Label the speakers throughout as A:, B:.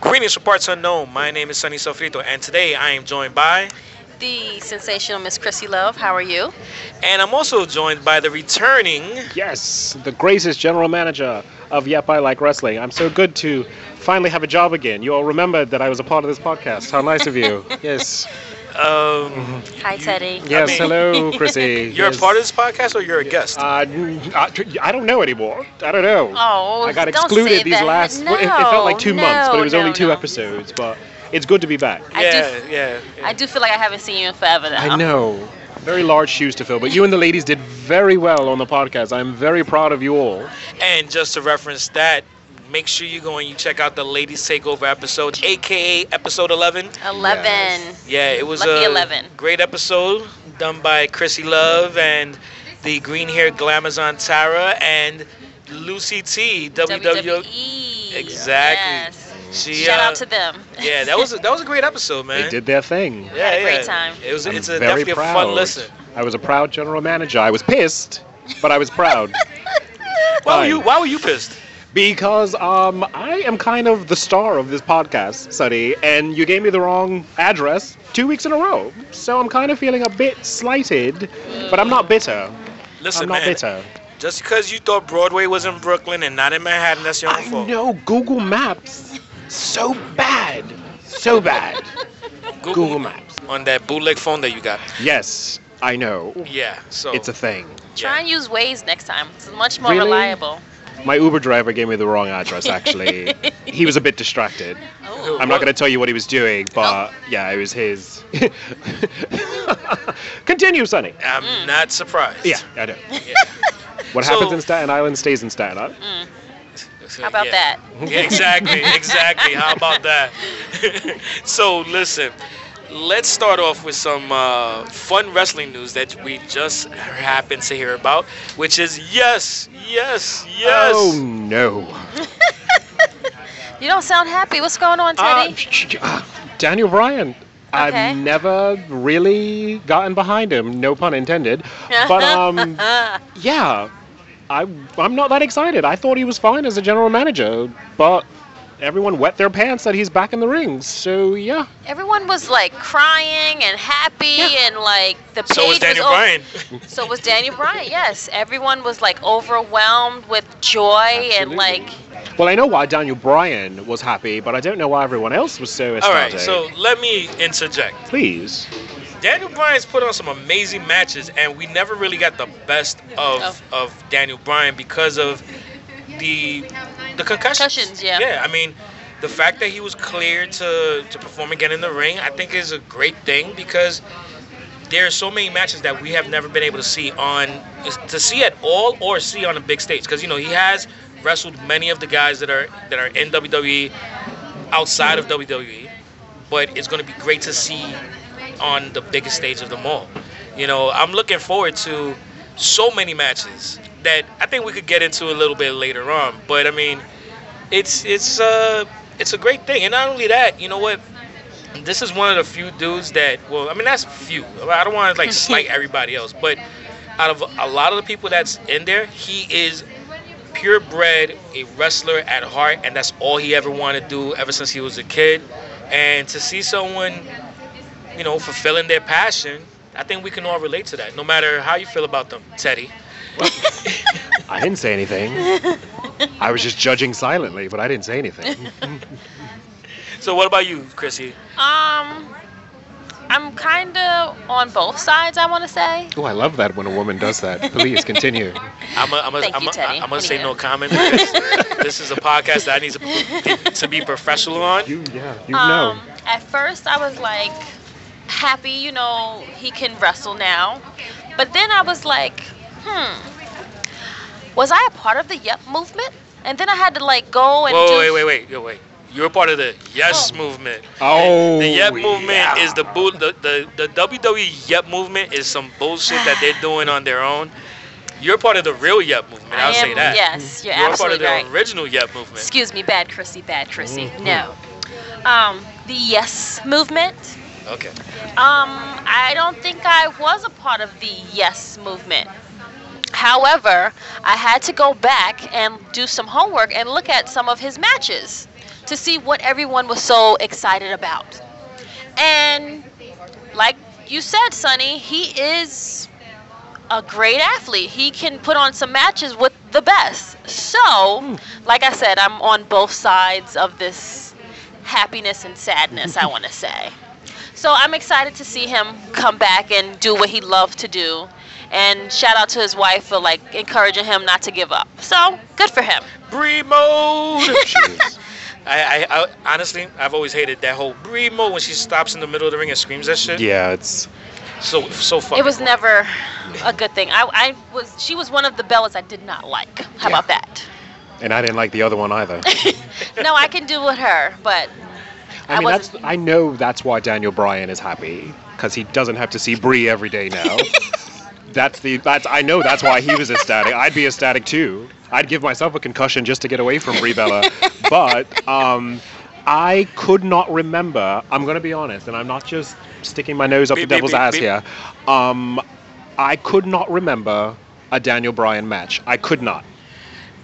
A: Greetings from Parts Unknown. My name is Sunny Sofrito, and today I am joined by,
B: The sensational Miss Chrissy Love, how are you?
A: and I'm also joined by the returning.
C: Yes, the greatest general manager of Yep, I Like Wrestling. I'm so good to finally have a job again. You all remembered that I was a part of this podcast. How nice of you. Yes.
A: Um,
B: Hi, Teddy.
C: Yes,
A: mean-
C: hello, Chrissy.
A: you're
C: Yes.
A: a part of this podcast, or you're a guest?
C: Uh, n- I, I don't know anymore. I don't know.
B: Oh,
C: I got
B: don't
C: excluded
B: say
C: these
B: that.
C: last. well, it, it felt like two
B: No,
C: months, but it was
B: no,
C: only two
B: no.
C: episodes. But it's good to be back.
B: I
A: yeah,
B: do-
A: yeah, yeah.
B: I do feel like I haven't seen you in forever now.
C: I know. Very large shoes to fill, but you and the ladies did very well on the podcast. I'm very proud of you all.
A: And just to reference that, make sure you go and you check out the Ladies Takeover episode, aka episode 11.
B: 11.
A: Yeah, it was
B: Lucky
A: a
B: 11.
A: great episode done by Chrissy Love and the green haired Glamazon Tara and Lucy T. WWE.
B: WWE.
A: E. Exactly.
B: Yes.
A: She,
B: E. Shout
A: uh,
B: out to them.
A: Yeah, that was a, that was a great episode, man.
B: Eh?
C: They did their thing.
A: Yeah,
B: Had a
A: yeah.
B: great time.
A: It was
C: I'm
A: it's a,
C: very
A: definitely a fun
C: proud.
A: listen.
C: I was a proud general manager. I was pissed, but I was proud
A: Why were
C: Fine.
A: you Why were you pissed?
C: because um, I am kind of the star of this podcast, Sonny, and you gave me the wrong address two weeks in a row. So I'm kind of feeling a bit slighted, but I'm not bitter.
A: Listen,
C: I'm not
A: man,
C: bitter.
A: just because you thought Broadway was in Brooklyn and not in Manhattan, that's your own
C: I
A: fault.
C: know Google Maps so bad, so bad. Google Maps.
A: on that bootleg phone that you got.
C: Yes, I know.
A: Yeah, so
C: It's a thing.
B: Try and use Waze next time. It's much more
C: Really?
B: reliable.
C: My Uber driver gave me the wrong address, actually. he was a bit distracted.
B: Oh.
C: I'm not going to tell you what he was doing, but yeah, it was his. Continue, Sonny.
A: I'm
B: Mm.
A: not surprised.
C: Yeah, I know. What
A: So- Mm.
C: happens in Staten Island stays in Staten Island.
B: How about
A: Yeah.
B: that?
A: Yeah, exactly, exactly. How about that? so listen, let's start off with some uh, fun wrestling news that we just happened to hear about, which is yes, yes, yes.
C: Oh no.
B: You don't sound happy. What's going on,
C: Uh,
B: Teddy?
C: sh- sh- ah, Daniel Bryan.
B: Okay.
C: I've never really gotten behind him, no pun intended. But um, yeah, I I'm not that excited. I thought he was fine as a general manager, but everyone wet their pants that he's back in the ring. So yeah,
B: Everyone was like crying and happy and like the page
A: So was Daniel
B: over-
A: Bryan.
B: So was Daniel Bryan. Yes, everyone was like overwhelmed with joy and
C: Absolutely.
B: like
C: Well, I know why Daniel Bryan was happy, but I don't know why everyone else was so
A: All
C: ecstatic.
A: right, so let me interject.
C: please.
A: Daniel Bryan's put on some amazing matches, and we never really got the best of
B: Of-
A: of Daniel Bryan because of the the concussions.
B: Concussions, yeah.
A: Yeah, I mean, the fact that he was cleared to to perform again in the ring, I think is a great thing because there are so many matches that we have never been able to see on to see at all or see on a big stage because you know he has wrestled many of the guys that are that are in WWE outside of E. WWE, but it's going to be great to see on the biggest stage of them all. You know, I'm looking forward to so many matches that I think we could get into a little bit later on. But I mean, it's it's uh it's a great thing, and not only that, you know what? This is one of the few dudes that well, I mean that's few. I don't want to like slight everybody else, but out of a lot of the people that's in there, he is purebred, a wrestler at heart, and that's all he ever wanted to do ever since he was a kid. And to see someone, you know, fulfilling their passion, I think we can all relate to that, no matter how you feel about them, Teddy.
C: I didn't say anything. I was just judging silently, but I didn't say anything.
A: So what about you, Chrissy?
B: um I'm kind of on both sides, I want to say.
C: Oh, I love that when a woman does that. Please continue.
A: I'm gonna I'm
B: Thank you, Teddy.
A: I'm gonna say no
B: Anyway.
A: comment. Because this is a podcast that I need to, to be professional on.
C: You, yeah, you
B: Um at first I was like happy, you know, he can wrestle now. But then I was like, hmm. Was I a part of the Yep movement? And then I had to like go and
A: Whoa,
B: do
A: wait, wait, wait, yo, wait. You're part of the Yes
B: Oh.
A: movement.
C: Oh,
A: The Yep movement
C: yeah.
A: is the boot. The, the the WWE Yep movement is some bullshit that they're doing on their own. You're part of the real Yep movement.
B: I
A: I'll say
B: am-
A: that.
B: yes, you're
A: You're part of
B: absolutely
A: the
B: right.
A: original Yep movement.
B: Excuse me, bad Chrissy, bad Chrissy. No. Um, the yes movement.
A: Okay.
B: Um, I don't think I was a part of the yes movement. However, I had to go back and do some homework and look at some of his matches to see what everyone was so excited about. And like you said, Sonny, he is a great athlete. He can put on some matches with the best. So, like I said, I'm on both sides of this happiness and sadness, I want to say. So, I'm excited to see him come back and do what he loved to do. And shout out to his wife for like encouraging him not to give up. So, good for him.
A: Bree mode.
C: Um. Jeez.
A: I, I, I honestly, I've always hated that whole Bree mode when she stops in the middle of the ring and screams that shit.
C: yeah, it's
A: So so fucking.
B: It was
A: cool.
B: never a good thing. I, I was she was one of the Bellas I did not like. How about that?
C: and I didn't like the other one either.
B: No, I can do with her, but I
C: I mean, that's
B: wasn't-
C: I know that's why Daniel Bryan is happy because he doesn't have to see Brie every day now. that's the that's I know that's why he was ecstatic. I'd be ecstatic too. I'd give myself a concussion just to get away from Brie Bella. but um, I could not remember. I'm gonna be honest, and I'm not just sticking my nose up
A: Beep,
C: the
A: beep,
C: devil's
A: beep,
C: ass
A: beep.
C: here. Um, I could not remember a Daniel Bryan match. I could not.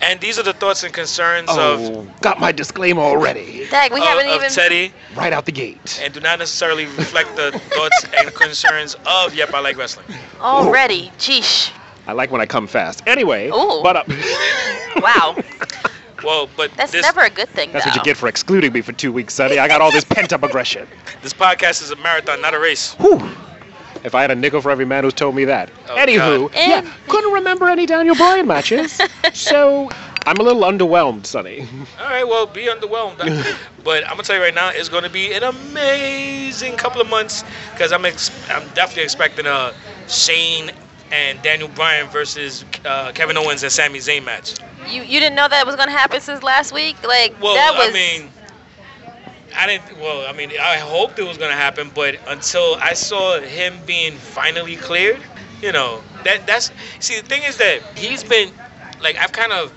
A: And these are the thoughts and concerns of
C: Oh, got my disclaimer already.
B: Dag, we
A: of-
B: haven't
A: of
B: even
A: Teddy,
C: Right out the gate.
A: and do not necessarily reflect the thoughts and concerns of Yep, I Like Wrestling.
B: already. Jeesh.
C: I like when I come fast. Anyway,
B: Ooh.
C: but uh,
B: Wow.
A: Well, but
B: That's
A: this
B: never a good thing
C: that's what
B: though.
C: you get for excluding me for two weeks, Sonny. I got all this pent up aggression.
A: this podcast is a marathon, not a race.
C: Whew. If I had a nickel for every man who's told me that.
A: Oh,
C: Anywho,
B: God. Eh.
C: yeah,
B: And-
C: couldn't remember any Daniel Bryan matches, so I'm a little underwhelmed, Sonny.
A: All right, well, be underwhelmed. but I'm gonna tell you right now, it's gonna be an amazing couple of months because I'm ex- I'm definitely expecting a Shane and Daniel Bryan versus uh, Kevin Owens and Sami Zayn match.
B: You you didn't know that was gonna happen since last week? Like
A: Well,
B: that was
A: I mean, I didn't. Well, I mean, I hoped it was gonna happen, but until I saw him being finally cleared, you know, that that's see the thing is that he's been like I've kind of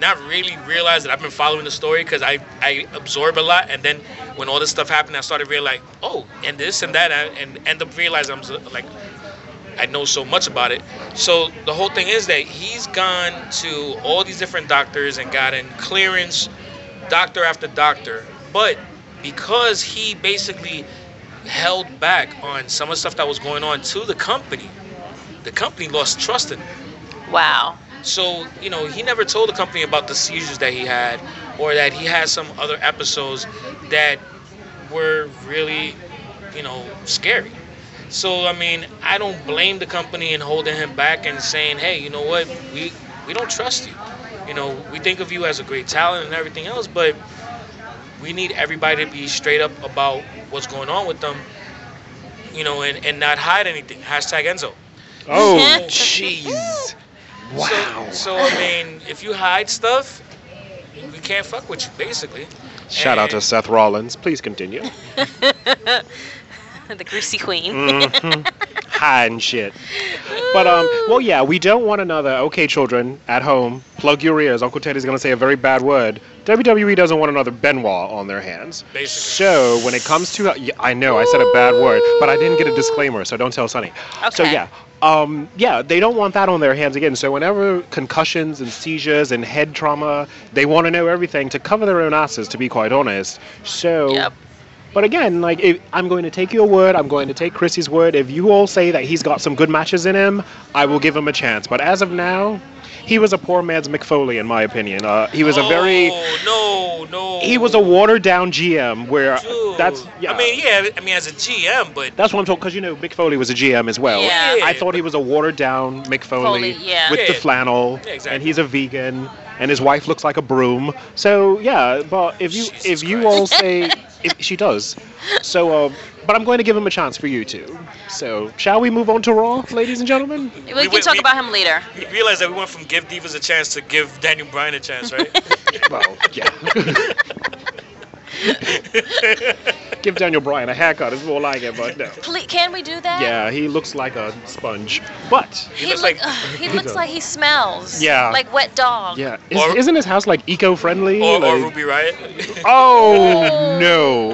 A: not really realized that I've been following the story because I I absorb a lot, and then when all this stuff happened, I started realizing like, oh, and this and that, and, and end up realizing I'm so- like I know so much about it. So the whole thing is that he's gone to all these different doctors and gotten clearance, doctor after doctor. But because he basically held back on some of the stuff that was going on to the company, the company lost trust in him.
B: wow.
A: So, you know, he never told the company about the seizures that he had or that he had some other episodes that were really, you know, scary. So, I mean, I don't blame the company in holding him back and saying, hey, you know what, we, we don't trust you. You know, we think of you as a great talent and everything else, but we need everybody to be straight up about what's going on with them, you know, and, and not hide anything. Hashtag Enzo.
C: Oh,
B: Mhm.
C: jeez. Wow.
A: So, so I mean, if you hide stuff, we can't fuck with you, basically.
C: Shout out to
A: And-
C: Seth Rollins. Please continue.
B: The greasy queen.
C: Mhm. High and shit. But um, well, yeah, we don't want another. Okay, children at home, plug your ears. Uncle Teddy's gonna say a very bad word. WWE doesn't want another Benoit on their hands.
A: Basically.
C: So when it comes to, uh, yeah, I know I said a bad word, but I didn't get a disclaimer, so don't tell Sonny. So
B: Okay.
C: yeah. Um, yeah, they don't want that on their hands again. So whenever concussions and seizures and head trauma, they want to know everything to cover their own asses. To be quite honest. So
B: Yep.
C: but again, like if I'm going to take your word, I'm going to take Chrissy's word. If you all say that he's got some good matches in him, I will give him a chance. But as of now, he was a poor man's McFoley, in my opinion. Uh, he was a very
A: Oh, no, no.
C: he was a watered down GM where
A: Dude.
C: that's yeah.
A: I mean, yeah. I mean, as a GM, but
C: that's what I'm talking because you know Mick Foley was a GM as well.
B: Yeah.
C: I thought he was a watered down Mick Foley,
B: Foley, yeah.
C: with the
A: Yeah.
C: flannel,
A: Yeah, exactly.
C: and he's a vegan, and his wife looks like a broom. So yeah, but if you
A: Jesus
C: if you
A: Christ.
C: all say if, she does, so um, but I'm going to give him a chance for you too. So shall we move on to Raw, ladies and gentlemen?
B: We,
A: We
B: can
A: went-
B: talk
A: we-
B: about him later.
A: we realized that we went from give divas a chance to give Daniel Bryan a chance, right?
C: well, yeah. give Daniel Bryan a haircut is more like it, but no.
B: Please, can we do that?
C: Yeah, he looks like a sponge, but.
B: He,
A: looks
B: looks
A: like-
B: like ugh, he looks like he smells.
C: Yeah.
B: Like wet dog.
C: Yeah, is,
A: Or-
C: isn't his house like eco-friendly?
A: or, or
C: Like-
A: Ruby Riot.
C: Oh no!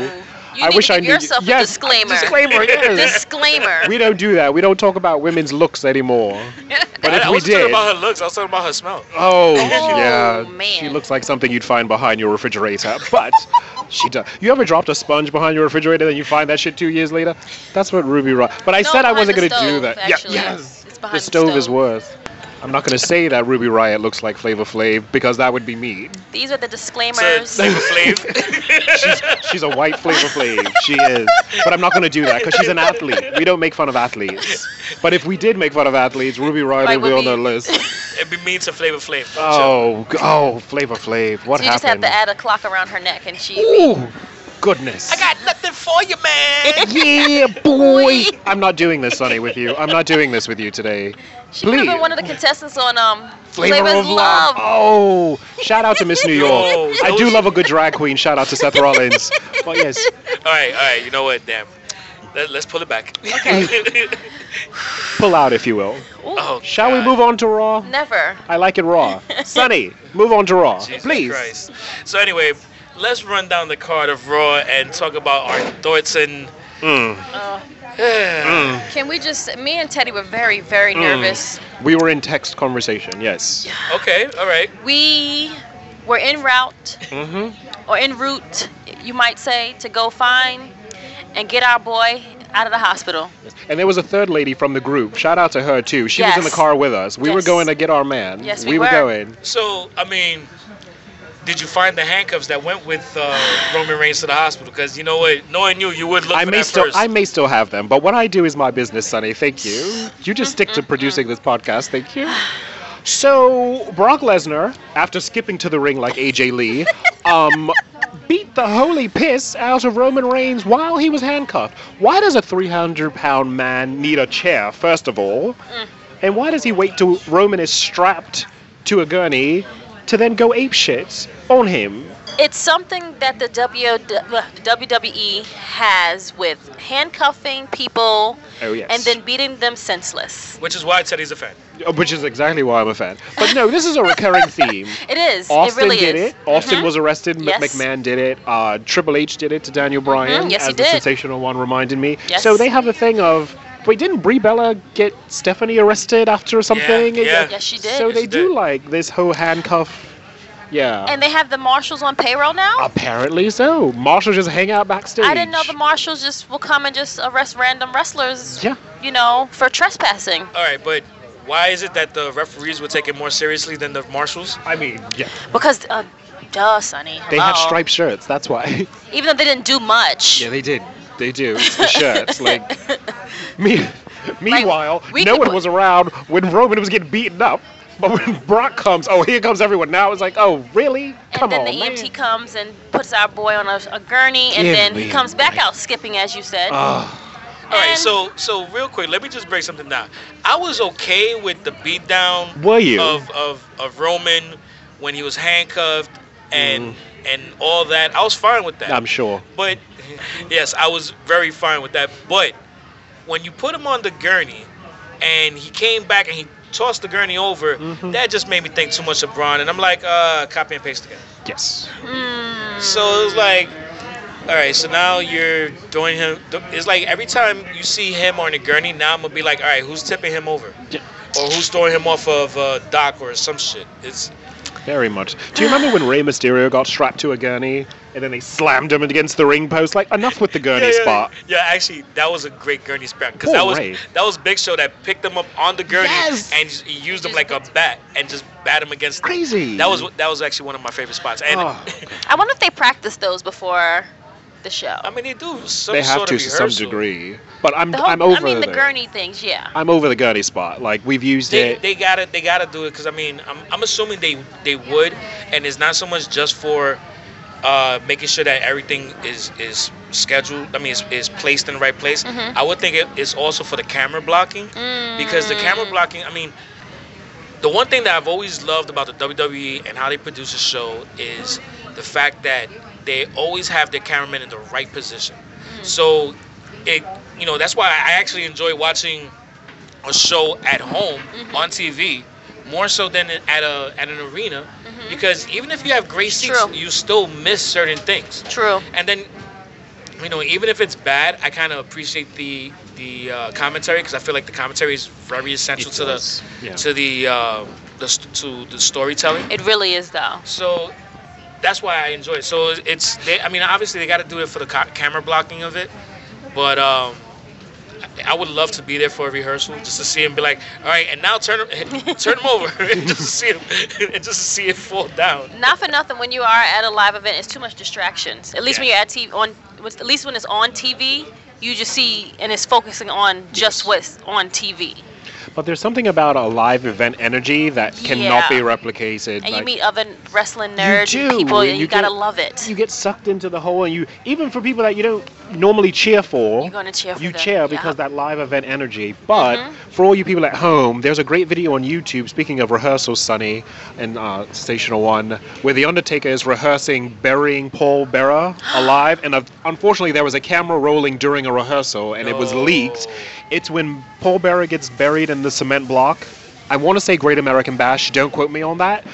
B: You
C: I
B: need
C: wish
B: to
C: I
B: give
C: knew. you-
B: yourself
C: yes,
B: a disclaimer.
C: Disclaimer. Yes.
B: Disclaimer.
C: we don't do that. We don't talk about women's looks anymore. But
A: I,
C: if
A: I
C: we
A: wasn't
C: did,
A: talking about her looks. I was talking about her smell.
C: oh,
B: Oh,
C: yeah,
B: man.
C: she looks like something you'd find behind your refrigerator. But she does. You ever dropped a sponge behind your refrigerator, then you find that shit two years later? That's what Ruby. Ro- but I
B: No,
C: said I
B: behind
C: wasn't
B: the
C: gonna do
B: stove,
C: that.
B: actually.
C: Yeah, yes.
B: It's
C: the
B: behind the
C: stove, is
B: stove.
C: worse. I'm not gonna say that Ruby Riot looks like Flavor Flav because that would be mean.
B: These are the disclaimers.
A: It's a flavor flav.
C: She's a white Flavor Flav. She is. But I'm not going to do that because she's an athlete. We don't make fun of athletes. But if we did make fun of athletes, Ruby Riot
B: Like,
C: would be
B: would
C: on the
B: be-
C: list.
A: It'd be mean to flavor flav.
C: Oh, g- oh, Flavor Flav. What
B: so you just have
C: happened?
B: to add a clock around her neck, and she.
C: Ooh, goodness.
A: I got nothing for you, man.
C: yeah, boy. I'm not doing this, Sonny, with you. I'm not doing this with you today.
B: She could have
C: Please.
B: been one of the contestants on um
C: Flavor
B: Flavor's
C: of love. Oh, shout out to Miss New York.
A: No,
C: I do
A: those-
C: love a good drag queen. Shout out to Seth Rollins. But yes,
A: all right, all right. You know what? Damn. Let, let's pull it back. Okay.
C: pull out, if you will.
B: Ooh,
A: oh,
C: Shall we
A: God.
C: move on to Raw?
B: Never.
C: I like it raw. Sunny, move on to raw,
A: Jesus
C: please.
A: Christ. So anyway, let's run down the card of Raw and talk about our thoughts and.
C: Mm.
B: Uh,
A: Yeah.
B: can we just? Me and Teddy were very,
C: Mm.
B: very nervous.
C: We were in text conversation. Yes.
A: Okay. All right.
B: We were en route
C: Mm-hmm.
B: or en route, you might say, to go find and get our boy out of the hospital.
C: And there was a third lady from the group. Shout out to her too. She was in
B: Yes.
C: the car with us. We were
B: Yes.
C: going to get our man.
B: Yes,
C: we,
B: we
C: were.
B: were.
C: going.
A: So I mean, did you find the handcuffs that went with uh, Roman Reigns to the hospital? Because you know what, knowing you, you would look
C: I
A: for
C: may
A: that
C: still,
A: first.
C: I may still have them, but what I do is my business, Sonny. Thank you. You just stick to producing this podcast. Thank you. So Brock Lesnar, after skipping to the ring like AJ Lee, um, beat the holy piss out of Roman Reigns while he was handcuffed. Why does a 300-pound man need a chair, first of all? And why does he wait till Roman is strapped to a gurney to then go ape shit on him?
B: It's something that the W- WWE has with handcuffing people
C: Oh yes.
B: and then beating them senseless.
A: Which is why Teddy's a fan.
C: which is exactly why I'm a fan. But no, this is a recurring theme.
B: It is. it
C: Austin
B: really
C: did
B: is.
C: it. Austin
B: Mhm.
C: was arrested. Mc-
B: Yes.
C: McMahon did it. Uh, Triple H did it to Daniel Bryan,
B: Mhm, yes,
C: as
B: he
C: the
B: did.
C: sensational one reminded me.
B: Yes.
C: So they have a thing of. Wait, didn't Brie Bella get Stephanie arrested after something?
A: yeah.
B: Yes, she did.
C: So
A: Yes,
C: they
A: she
C: do
A: did.
C: like this whole handcuff. Yeah.
B: And they have the marshals on payroll
C: Ah,
B: now?
C: Apparently so. Marshall just hang out backstage.
B: I didn't know the marshals just will come and just arrest random wrestlers,
C: Yeah.
B: you know, for trespassing.
A: All right, but why is it that the referees were taken more seriously than the marshals?
C: I mean, yeah.
B: Because, uh, duh, Sonny.
C: They had
B: hello.
C: striped shirts. That's why.
B: Even though they didn't do much.
C: Yeah, they did. They do. It's the shirts. Like, me. Meanwhile,
B: we
C: no
B: could
C: one
B: put-
C: was around when Roman was getting beaten up. But when Brock comes, oh, here comes everyone. Now it's like, oh, really?
B: And
C: Come
B: then
C: on,
B: the
C: man.
B: EMT comes and puts our boy on a, a gurney, and
C: Give
B: then he
C: me
B: comes
C: a
B: back
C: break.
B: out skipping, as you said.
C: Uh, Ugh.
A: All right,
B: And-
A: so so real quick, let me just break something down. I was okay with the beatdown.
C: Were you?
A: Of, of of Roman when he was handcuffed and and all that. I was fine with that.
C: Mm. I'm sure.
A: But yes, I was very fine with that. But when you put him on the gurney and he came back and he tossed the gurney over,
C: Mm-hmm.
A: that just made me think too much of Braun. And I'm like, uh, copy and paste again.
C: Yes.
B: Mm.
A: So it was like, all right, so now you're doing him. It's like every time you see him on the gurney, now I'm gonna be like, all right, who's tipping him over?
C: Yeah.
A: Or
C: Oh.
A: who's throwing him off of a dock or some shit? It's
C: Very much. Do you remember when Rey Mysterio got strapped to a gurney and then they slammed him against the ring post? Like, enough with the gurney spot.
A: Yeah, actually, that was a great gurney spot because
C: Poor
A: that was
C: Ray.
A: that was Big Show that picked him up on the gurney
C: Yes.
A: and just- he used him like a bat and just bat him against.
C: Crazy.
A: That was that was actually one of my favorite spots. And
C: Oh.
B: I wonder if they practiced those before the show.
A: I mean, they do some
C: They have
A: sort
C: to
A: of
C: to some
A: rehearsal.
C: degree. But I'm,
B: the whole,
C: I'm over
B: I mean, the
C: it.
B: gurney things, yeah.
C: I'm over the gurney spot. Like, we've used
A: They,
C: it.
A: they gotta they gotta do it because I mean I'm, I'm assuming they they would and it's not so much just for uh, making sure that everything is is scheduled I mean is, is placed in the right place
B: Mhm.
A: I would think it, it's also for the camera blocking
B: Mm-hmm.
A: because the
B: Hmm.
A: camera blocking, I mean, the one thing that I've always loved about the WWE and how they produce a show is the fact that they always have their cameraman in the right position. So, it you know that's why I actually enjoy watching a show at home on TV more so than at a at an arena because even if you have great seats,
B: True.
A: you still miss certain things.
B: True.
A: And then you know, even if it's bad, I kind of appreciate the the uh, commentary because I feel like the commentary is very essential
C: It
A: to
C: does,
A: the
C: yeah.
A: to the uh, the st- to the storytelling.
B: It really is though.
A: So that's why I enjoy it. So it's they, I mean obviously they got to do it for the co- camera blocking of it, but um, I- I would love to be there for a rehearsal just to see him be like, all right, and now turn him- turn him over and just to see him and just to see it fall down.
B: Not for nothing. When you are at a live event, it's too much distractions. At least when
A: Yeah.
B: you're at TV on, with- at least when it's on TV, you just see and it's focusing on just what's on TV,
C: But there's something about a live event energy that
B: Yeah.
C: cannot be replicated.
B: and you
C: like-
B: meet other wrestling nerds
C: do,
B: and people,
C: and
B: and you,
C: you
B: gotta
C: get-
B: love it.
C: you get sucked into the whole and you even for people that you don't normally cheer for
B: You're gonna cheer for
C: you
B: them,
C: cheer because
B: yeah. Mm-hmm.
C: that live event energy but for all you people at home there's a great video on youtube speaking of rehearsals sonny and uh, stational one where the undertaker is rehearsing burying paul bearer alive and uh, unfortunately there was a camera rolling during a rehearsal and it was leaked
A: No.
C: it's when paul bearer gets buried in the cement block I want to say Great American Bash. Don't quote me on that.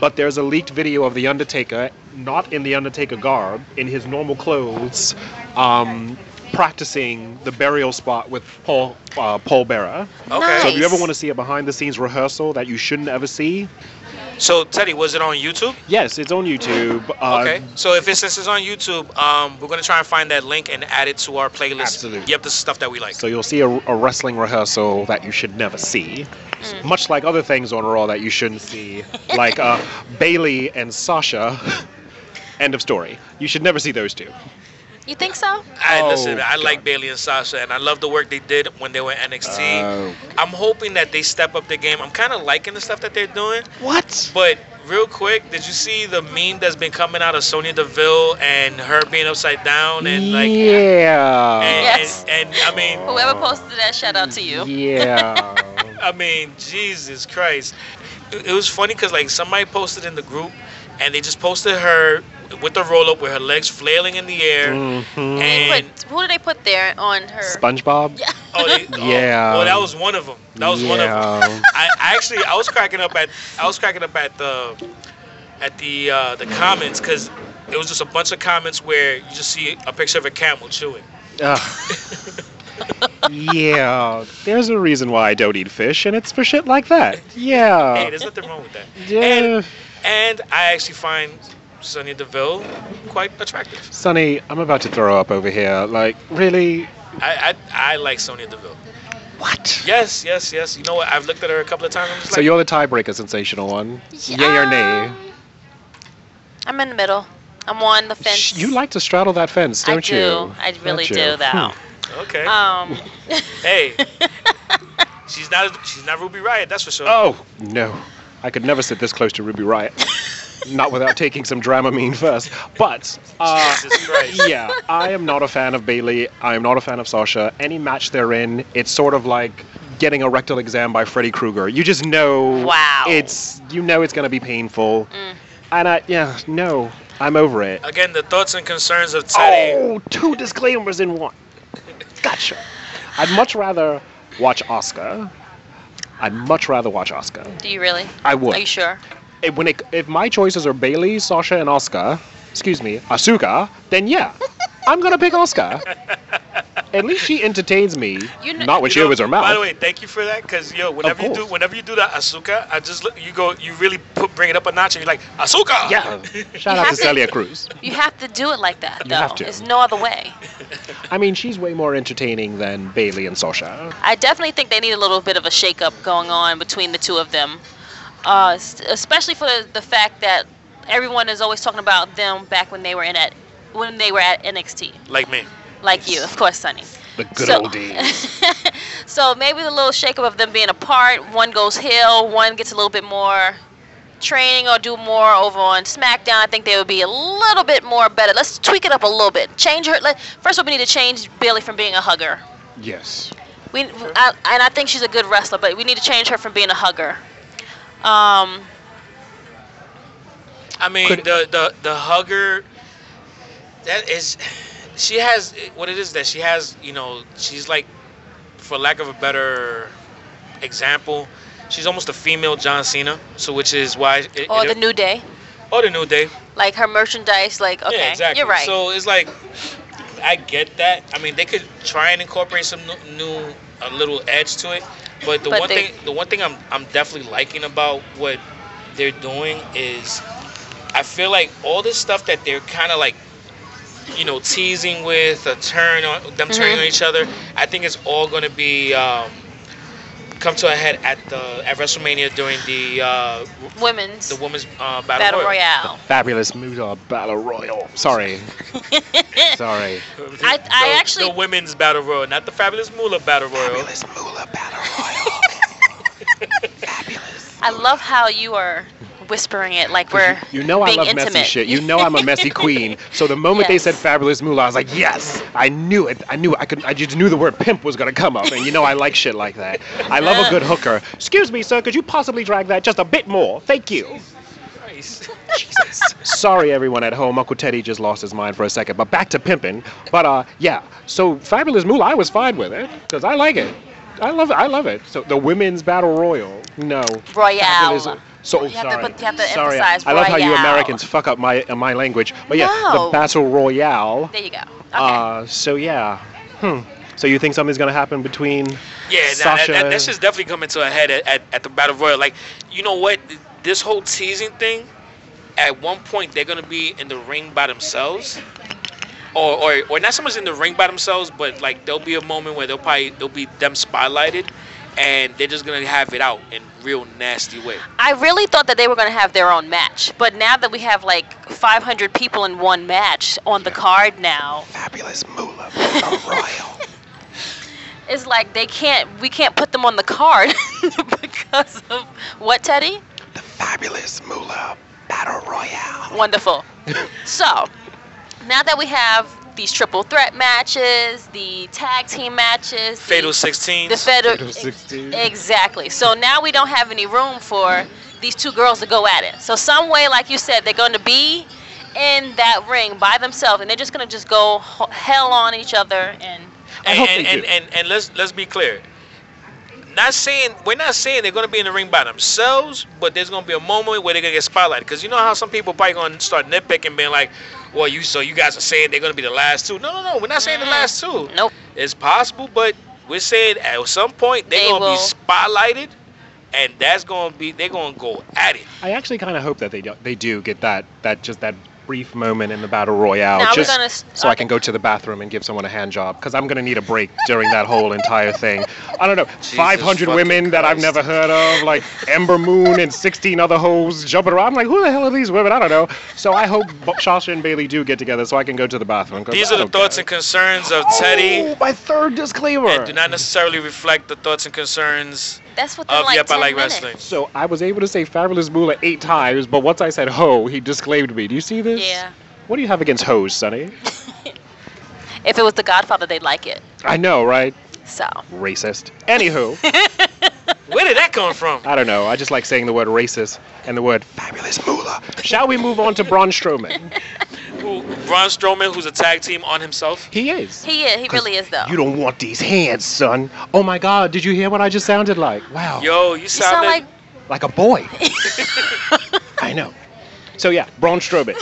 C: But there's a leaked video of The Undertaker, not in The Undertaker garb, in his normal clothes, um, practicing the burial spot with Paul uh, Paul Bearer.
A: Okay.
C: So if you
B: Nice.
C: ever want to see a behind-the-scenes rehearsal that you shouldn't ever see,
A: So Teddy, was it on YouTube?
C: yes, it's on YouTube. Uh,
A: Okay. So if it's, since it's on YouTube, um, we're gonna try and find that link and add it to our playlist.
C: Absolutely.
A: Yep, this is stuff that we like.
C: So you'll see a, a wrestling rehearsal that you should never see, much like other things on Raw that you shouldn't see, like uh, Bailey and Sasha. End of story. You should never see those two.
B: You think so?
A: I
C: Oh,
A: listen. I like
C: God.
A: Bailey and Sasha, and I love the work they did when they were in NXT.
C: Oh.
A: I'm hoping that they step up their game. I'm kind of liking the stuff that they're doing.
C: What?
A: But real quick, did you see the meme that's been coming out of Sonya Deville and her being upside down and like?
C: yeah.
A: And,
B: Yes.
A: and, and I mean,
C: Uh,
B: Whoever posted that, shout out to you.
C: Yeah.
A: I mean, Jesus Christ! It, it was funny because like somebody posted in the group, and they just posted her with the roll up with her legs flailing in the air.
C: Mhm.
B: They
A: And
B: put- who did they put there on her?
C: SpongeBob. Yeah.
A: oh, they, oh,
C: Yeah.
A: well, that was one of them. That was one of them.
C: them.
A: I I actually I was cracking up at I was cracking up at the at the uh, the comments because it was just a bunch of comments where you just see a picture of a camel chewing.
C: yeah. There's a reason why I don't eat fish, and it's for shit like that. Yeah.
A: Hey, there's nothing wrong with that.
C: Yeah.
A: And, and I actually find Sonya Deville quite attractive.
C: Sonny, I'm about to throw up over here. Like, really?
A: I I, I like Sonya Deville.
C: What?
A: Yes, yes, yes. You know what? I've looked at her a couple of times. I'm just
C: So
A: like,
C: you're the tiebreaker, sensational one. Yay or nay?
B: Um, I'm in the middle. I'm on the fence.
C: Sh- You like to straddle that fence,
B: I
C: don't
B: do.
C: you?
B: I really
C: Don't you?
B: do, though.
A: okay.
B: Um,
A: hey, she's not she's not Ruby Riot. That's for sure.
C: Oh no, I could never sit this close to Ruby Riot. not without taking some Dramamine first. But uh,
A: Jesus Christ.
C: yeah, I am not a fan of Bailey. I am not a fan of Sasha. Any match they're in, it's sort of like getting a rectal exam by Freddy Krueger. You just know.
B: Wow. Mm.
C: It's you know it's gonna be painful. And I yeah no, I'm over it.
A: Again, the thoughts and concerns of Teddy.
C: Oh, two disclaimers in one. Gotcha. I'd much rather watch Oscar. I'd much rather watch Oscar.
B: do you really?
C: I would.
B: Are you sure?
C: If, when it, if my choices are Bailey, Sasha, and Oscar, excuse me, Asuka, then yeah, I'm gonna pick Oscar. At least she entertains me.
B: You kn-
C: not when
A: You
C: she
A: know,
C: opens her mouth.
A: By the way, thank you for that, because yo, whenever you do,
C: course.
A: whenever you do that Asuka, I just look- you go, you really put, bring it up a notch, and you're like Asuka.
C: yeah. Uh, Shout
B: You
C: out
B: have
C: to
B: to-
C: Celia Cruz.
B: You have to do it like that, though.
C: You have to.
B: There's no other way.
C: I mean, she's way more entertaining than Bailey and Sasha.
B: I definitely think they need a little bit of a shakeup going on between the two of them, uh, s- especially for the fact that everyone is always talking about them back when they were in at when they were at NXT,
A: Like me.
B: like you, of course, Sonny.
C: The good
B: So-
C: old days.
B: So maybe the little shakeup of them being apart, one goes heel, one gets a little bit more training or do more over on SmackDown. I think they would be a little bit more better. Let's tweak it up a little bit. Change her. Let, first of all, we need to change Bailey from being a hugger.
C: Yes.
B: We I, and I think she's a good wrestler, but we need to change her from being a hugger. Um,
A: I mean,
C: Could-
A: the the the hugger. That is, she has what it is that she has. You know, she's like, for lack of a better example, she's almost a female John Cena. So which is why. It,
B: or
A: it-
B: Oh, the New Day,
A: or the new day.
B: like her merchandise. Like okay,
A: yeah, exactly.
B: you're right.
A: So it's like, I get that. I mean, they could try and incorporate some new, new a little edge to it, but the
B: But
A: one
B: they-
A: thing, the one thing I'm, I'm definitely liking about what they're doing is, I feel like all this stuff that they're kind of like, you know, teasing with, a turn on them turning
B: Mm-hmm.
A: on each other. I think it's all gonna be. Um, Come to a head at the at WrestleMania during the uh,
B: Women's
A: the women's uh, battle,
B: Battle
A: royal.
B: Royale.
C: Fabulous Moodah Battle Royal. Sorry. Sorry.
B: I- I
A: The-
B: actually-
A: the women's battle royal, not the fabulous Moolah battle royal.
C: Fabulous Moolah Battle Royal.
B: I love how you are whispering it like we're
C: You know I
B: being
C: love
B: intimate.
C: messy shit. You know I'm a messy queen. So the moment they
B: Yes.
C: said fabulous moolah, I was like, yes, I knew it. I knew I could. I just knew the word pimp was gonna come up, and you know I like shit like that. I love a good hooker. Excuse me, sir. Could you possibly drag that just a bit more? Thank you.
A: Christ.
C: Sorry, everyone at home. Uncle Teddy just lost his mind for a second. But back to pimping. But uh, yeah. So fabulous moolah, I was fine with it because I like it. I love it. I love it. So the women's battle royal. No.
B: Royale.
C: Fabulous- So
B: You have to-
C: sorry.
B: but you have to
C: sorry.
B: emphasize
C: I love how you
B: royale.
C: Americans fuck up my uh, my language. But yeah,
B: No.
C: the battle royale.
B: There you go. Okay.
C: Uh, so yeah. Hmm. So you think something's gonna happen between?
A: Yeah, nah, that,
C: Sasha.
A: that, that shit's definitely coming to a head at, at, at the battle royal. Like, you know what? This whole teasing thing, at one point they're gonna be in the ring by themselves, or or, or not so much in the ring by themselves, but like there'll be a moment where they'll probably they'll be them spotlighted, and they're just gonna have it out in real nasty way.
B: I really thought that they were going to have their own match, but now that we have like 500 people in one match on the card now,
C: Fabulous Moolah Battle Royal.
B: it's like they can't we can't put them on the card because of what Teddy?
C: The fabulous Moolah Battle Royale.
B: Wonderful. so, now that we have these triple threat matches, the tag team matches,
A: Fatal
B: the,
A: sixteen.
B: the fatal,
C: Fatal 16.
B: exactly. So now we don't have any room for these two girls to go at it. So some way, like you said, they're going to be in that ring by themselves, and they're just going to just go h- hell on each other. And
C: I
A: and,
C: hope
A: and,
C: they
A: and,
C: do.
A: and, and let's let's be clear. Not saying we're not saying they're gonna be in the ring by themselves, but there's gonna be a moment where they're gonna get spotlighted. Because you know how some people probably gonna start nitpicking, being like, "Well, you so you guys are saying they're gonna be the last two. No, no, no, we're not
B: Mm-hmm.
A: saying the last two.
B: nope,
A: It's possible, but we're saying at some point they're
B: They
A: gonna
B: will.
A: be spotlighted, and that's gonna be they're gonna go at it.
C: I actually kind of hope that they do, they do get that that just that brief moment in the battle royale,
B: Now we're
C: just
B: gonna s-
C: so I can go to the bathroom and give someone a hand job because I'm gonna need a break during that whole entire thing. I don't know, 500
A: fucking
C: women that I've
A: Christ.
C: never heard of, like Ember Moon and 16 other hoes jumping around. I'm like, who the hell are these women? I don't know. So I hope Bo- Sasha and Bailey do get together so I can go to the bathroom. 'cause
A: These
C: I
A: are the
C: don't care.
A: thoughts and concerns of Teddy,
C: Oh, my third disclaimer.
A: and do not necessarily reflect the thoughts and concerns
B: that's what they
A: of
B: like.
A: Oh, Yep, I
B: 10
A: like
B: minutes.
A: wrestling.
C: So I was able to say fabulous moolah eight times, but once I said ho, he disclaimed me. Do you see this?
B: Yeah.
C: What do you have against hoes, Sonny?
B: If it was The Godfather, they'd like it.
C: I know, right?
B: So.
C: Racist. Anywho,
A: Where did that come from?
C: I don't know. I just like saying the word racist and the word fabulous moolah. Shall we move on to Braun Strowman?
A: who Braun Strowman, who's a tag team on himself.
C: He is.
B: He is. He really is, though.
C: You don't want these hands, son. Oh my God! Did you hear what I just sounded like? Wow.
A: Yo, you
B: You sound
A: sound,
B: like
C: Like a boy. I know. So yeah, Braun Strowman.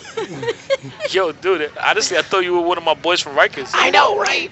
A: yo, dude. Honestly, I thought you were one of my boys from Rikers.
C: I know, right?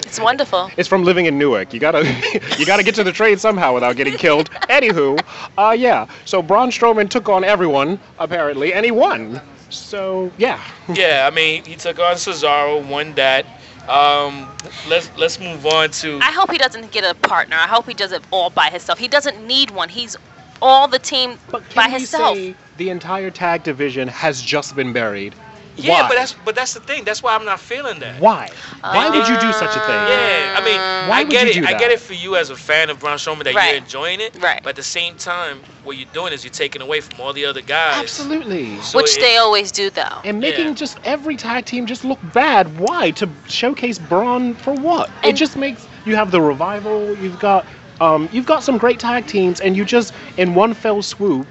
B: it's wonderful.
C: It's from living in Newark. You gotta, you gotta get to the trade somehow without getting killed. Anywho, uh, yeah. So Braun Strowman took on everyone apparently, and he won. So yeah,
A: Yeah, I mean, he took on Cesaro, won that. Um, let's let's move on to.
B: I hope he doesn't get a partner. I hope he does it all by himself. He doesn't need one. He's all the team by himself.
C: the entire tag division has just been buried?
A: yeah,
C: Why?
A: but that's but that's the thing. That's why I'm not feeling that.
C: why. Why would you do such a thing?
A: Uh, Yeah, I mean,
C: Why
A: I
C: would
A: get
C: you
A: it.
C: do
A: I get
C: that?
A: it for you as a fan of Braun Strowman that
B: Right.
A: you're enjoying it.
B: Right.
A: But at the same time, what you're doing is you're taking away from all the other guys.
C: Absolutely.
A: So
B: Which
A: it-
B: they always do, though.
C: And making
A: Yeah.
C: just every tag team just look bad. Why? To showcase Braun for what? it
B: And-
C: just makes you have the revival. You've got um, you've got some great tag teams, and you just in one fell swoop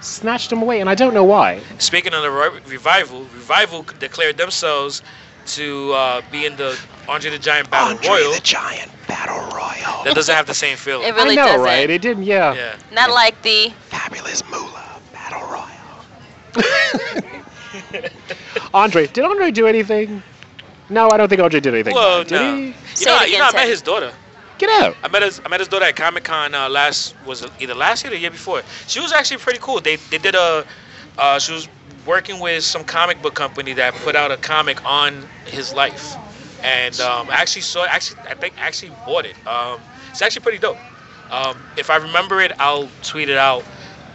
C: snatched them away. And I don't know why.
A: Speaking of the re- revival, revival declared themselves to uh, be in the Andre the Giant Battle Royal.
C: Giant Battle Royal.
A: that doesn't have the same feeling.
B: It really
C: I know,
B: doesn't.
C: right? It didn't. Yeah.
A: yeah.
B: Not like the
C: Fabulous Moolah Battle Royal. Andre, did Andre do anything? No, I don't think OJ did anything.
A: Well,
C: bad, did
A: no.
C: he?
A: You
B: Say
A: know,
B: it
A: you know, I
B: again,
A: met
B: Ted.
A: his daughter.
C: Get out.
A: I met his I met his daughter at Comic Con uh, last was it either last year or the year before. She was actually pretty cool. They they did a uh, she was working with some comic book company that put out a comic on his life, and um, I actually saw actually I think actually bought it. Um, it's actually pretty dope. Um, if I remember it, I'll tweet it out.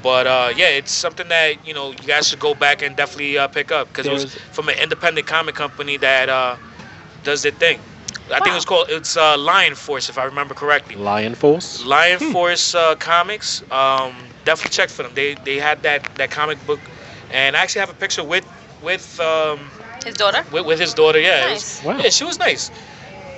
A: But uh, yeah, it's something that you know you guys should go back and definitely uh, pick up because it was
C: There's-
A: from an independent comic company that uh, does their thing. I think
B: Wow.
A: it was called it's uh, Lion Force if I remember correctly.
C: Lion Force.
A: Lion Force uh, comics. Um, definitely check for them. They they had that that comic book, and I actually have a picture with with um,
B: His daughter?
A: with, with his daughter. Yeah, it was,
B: Nice.
C: Wow.
A: yeah, she was nice.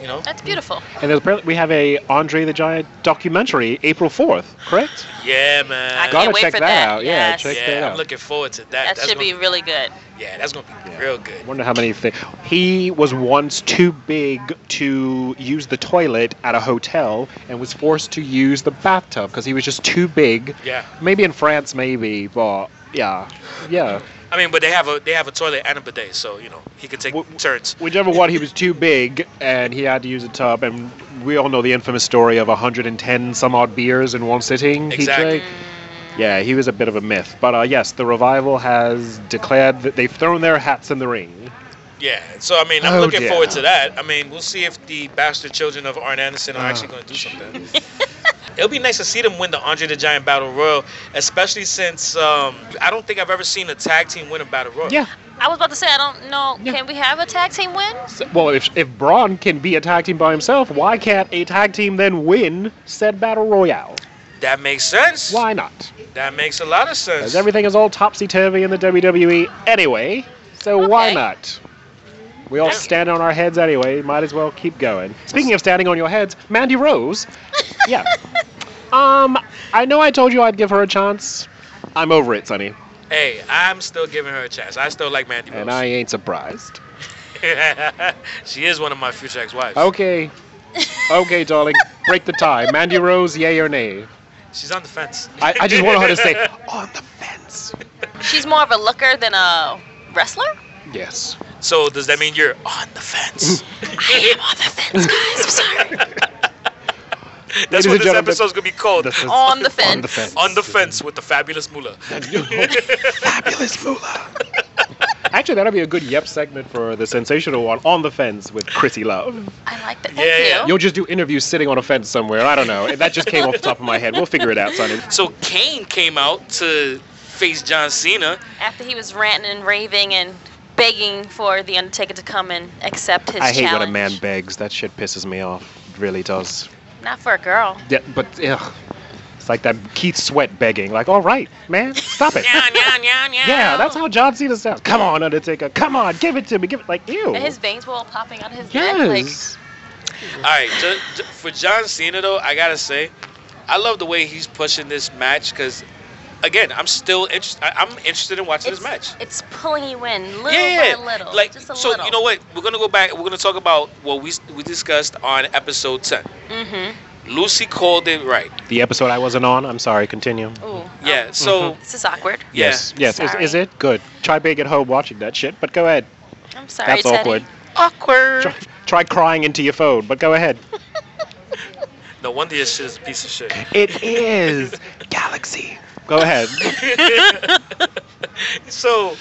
A: You know.
B: That's beautiful.
C: And there's apparently we have a Andre the Giant documentary April 4th, correct?
A: Yeah, man.
B: I got-
C: Gotta
B: wait
C: check
B: for
C: that,
B: that,
C: out. Yeah,
B: yes.
C: check that
A: yeah,
C: out.
A: I'm looking forward to that.
B: That
A: That's
B: should be
A: gonna,
B: really good.
A: Yeah, that's gonna be
C: Yeah.
A: real good.
C: Wonder how many things. He was once too big to use the toilet at a hotel and was forced to use the bathtub because he was just too big.
A: Yeah.
C: Maybe in France, maybe, but yeah, yeah.
A: I mean, but they have a they have a toilet and a bidet, so you know he could take
C: W- w-
A: turns.
C: Whichever one, he was too big and he had to use a tub. And we all know the infamous story of 110 some odd beers in one sitting. he
A: Exactly.
C: drank. Yeah, he was a bit of a myth. But uh, yes, the revival has declared that they've thrown their hats in the ring.
A: Yeah. So I mean, I'm
C: Oh,
A: looking
C: dear.
A: forward to that. I mean, we'll see if the bastard children of Arn Anderson are
C: Oh,
A: actually going to do something. It'll be nice to see them win the Andre the Giant Battle Royal, especially since um, I don't think I've ever seen a tag team win a Battle Royal.
C: Yeah.
B: I was about to say, I don't know.
C: Yeah.
B: Can we have a tag team win?
C: Well, if, if Braun can be a tag team by himself, why can't a tag team then win said battle royale?
A: That makes sense.
C: Why not?
A: That makes a lot of sense.
C: As everything is all topsy turvy in the WWE anyway, so why
B: Okay.
C: not? We all
A: Yeah.
C: stand on our heads anyway, might as well keep going. Speaking of standing on your heads, Mandy Rose. Yeah. um, I know I told you I'd give her a chance. I'm over it, Sonny,
A: hey, I'm still giving her a chance. I still like Mandy
C: and I
A: Rose.
C: ain't surprised.
A: she is one of my future ex-wives.
C: Okay. Okay, darling, break the tie. Mandy Rose, yay or nay?
A: She's on the fence.
C: I, I just want her to say, on the fence.
B: She's more of a looker than a wrestler?
C: Yes.
A: So does that mean you're on the fence?
B: I am on the fence, guys. I'm sorry.
A: That's what
C: Ladies and
A: this
C: gentlemen,
A: episode's gonna be called.
C: this is-
B: on the fence.
C: On the fence.
A: on the fence with the fabulous Moolah.
C: Fabulous Moolah. Actually, that'll be a good yep segment for the sensational one, On the Fence with Chrissy Love.
B: I like that. Thank
A: Yeah, yeah.
B: you.
C: You'll just do interviews sitting on a fence somewhere. I don't know. That just came off the top of my head. We'll figure it out, Sonny.
A: So Kane came out to face John Cena.
B: After he was ranting and raving and begging for The Undertaker to come and accept his
C: I hate
B: challenge.
C: when a man begs. That shit pisses me off. It really does.
B: Not for a girl.
A: Oh.
C: Yeah, but ugh. It's like that Keith Sweat begging. Like, all right, man, stop it.
A: Nyan, nyan, nyan, nyan.
C: Yeah, that's how John Cena sounds. Come on, Undertaker. Come on, give it to me. Give it like you.
B: And his veins were all popping out of his neck. Like,
C: Yes.
A: All right, ju- ju- for John Cena though, I gotta say, I love the way he's pushing this match because, again, I'm still interested. I'm interested in watching
B: it's,
A: this match.
B: it's pulling you in little
A: yeah,
B: by little.
A: like
B: just a
A: so.
B: little.
A: You know what? We're gonna go back. We're gonna talk about what we s- we discussed on episode ten.
B: Mm-hmm.
A: Lucy called it right.
C: The episode I wasn't on. I'm sorry. Continue.
B: Ooh.
A: Yeah.
B: oh,
A: So
B: this is awkward.
A: yeah.
C: Mm-hmm. Yes. Yes. Is,
B: Sorry.
C: is it good? Try being at home watching that shit, but go ahead.
B: I'm sorry,
C: That's
B: Teddy.
C: awkward.
A: Awkward.
C: Try, try crying into your phone, but go ahead.
A: No wonder your shit is a piece of shit.
C: It is Galaxy. Go ahead.
A: so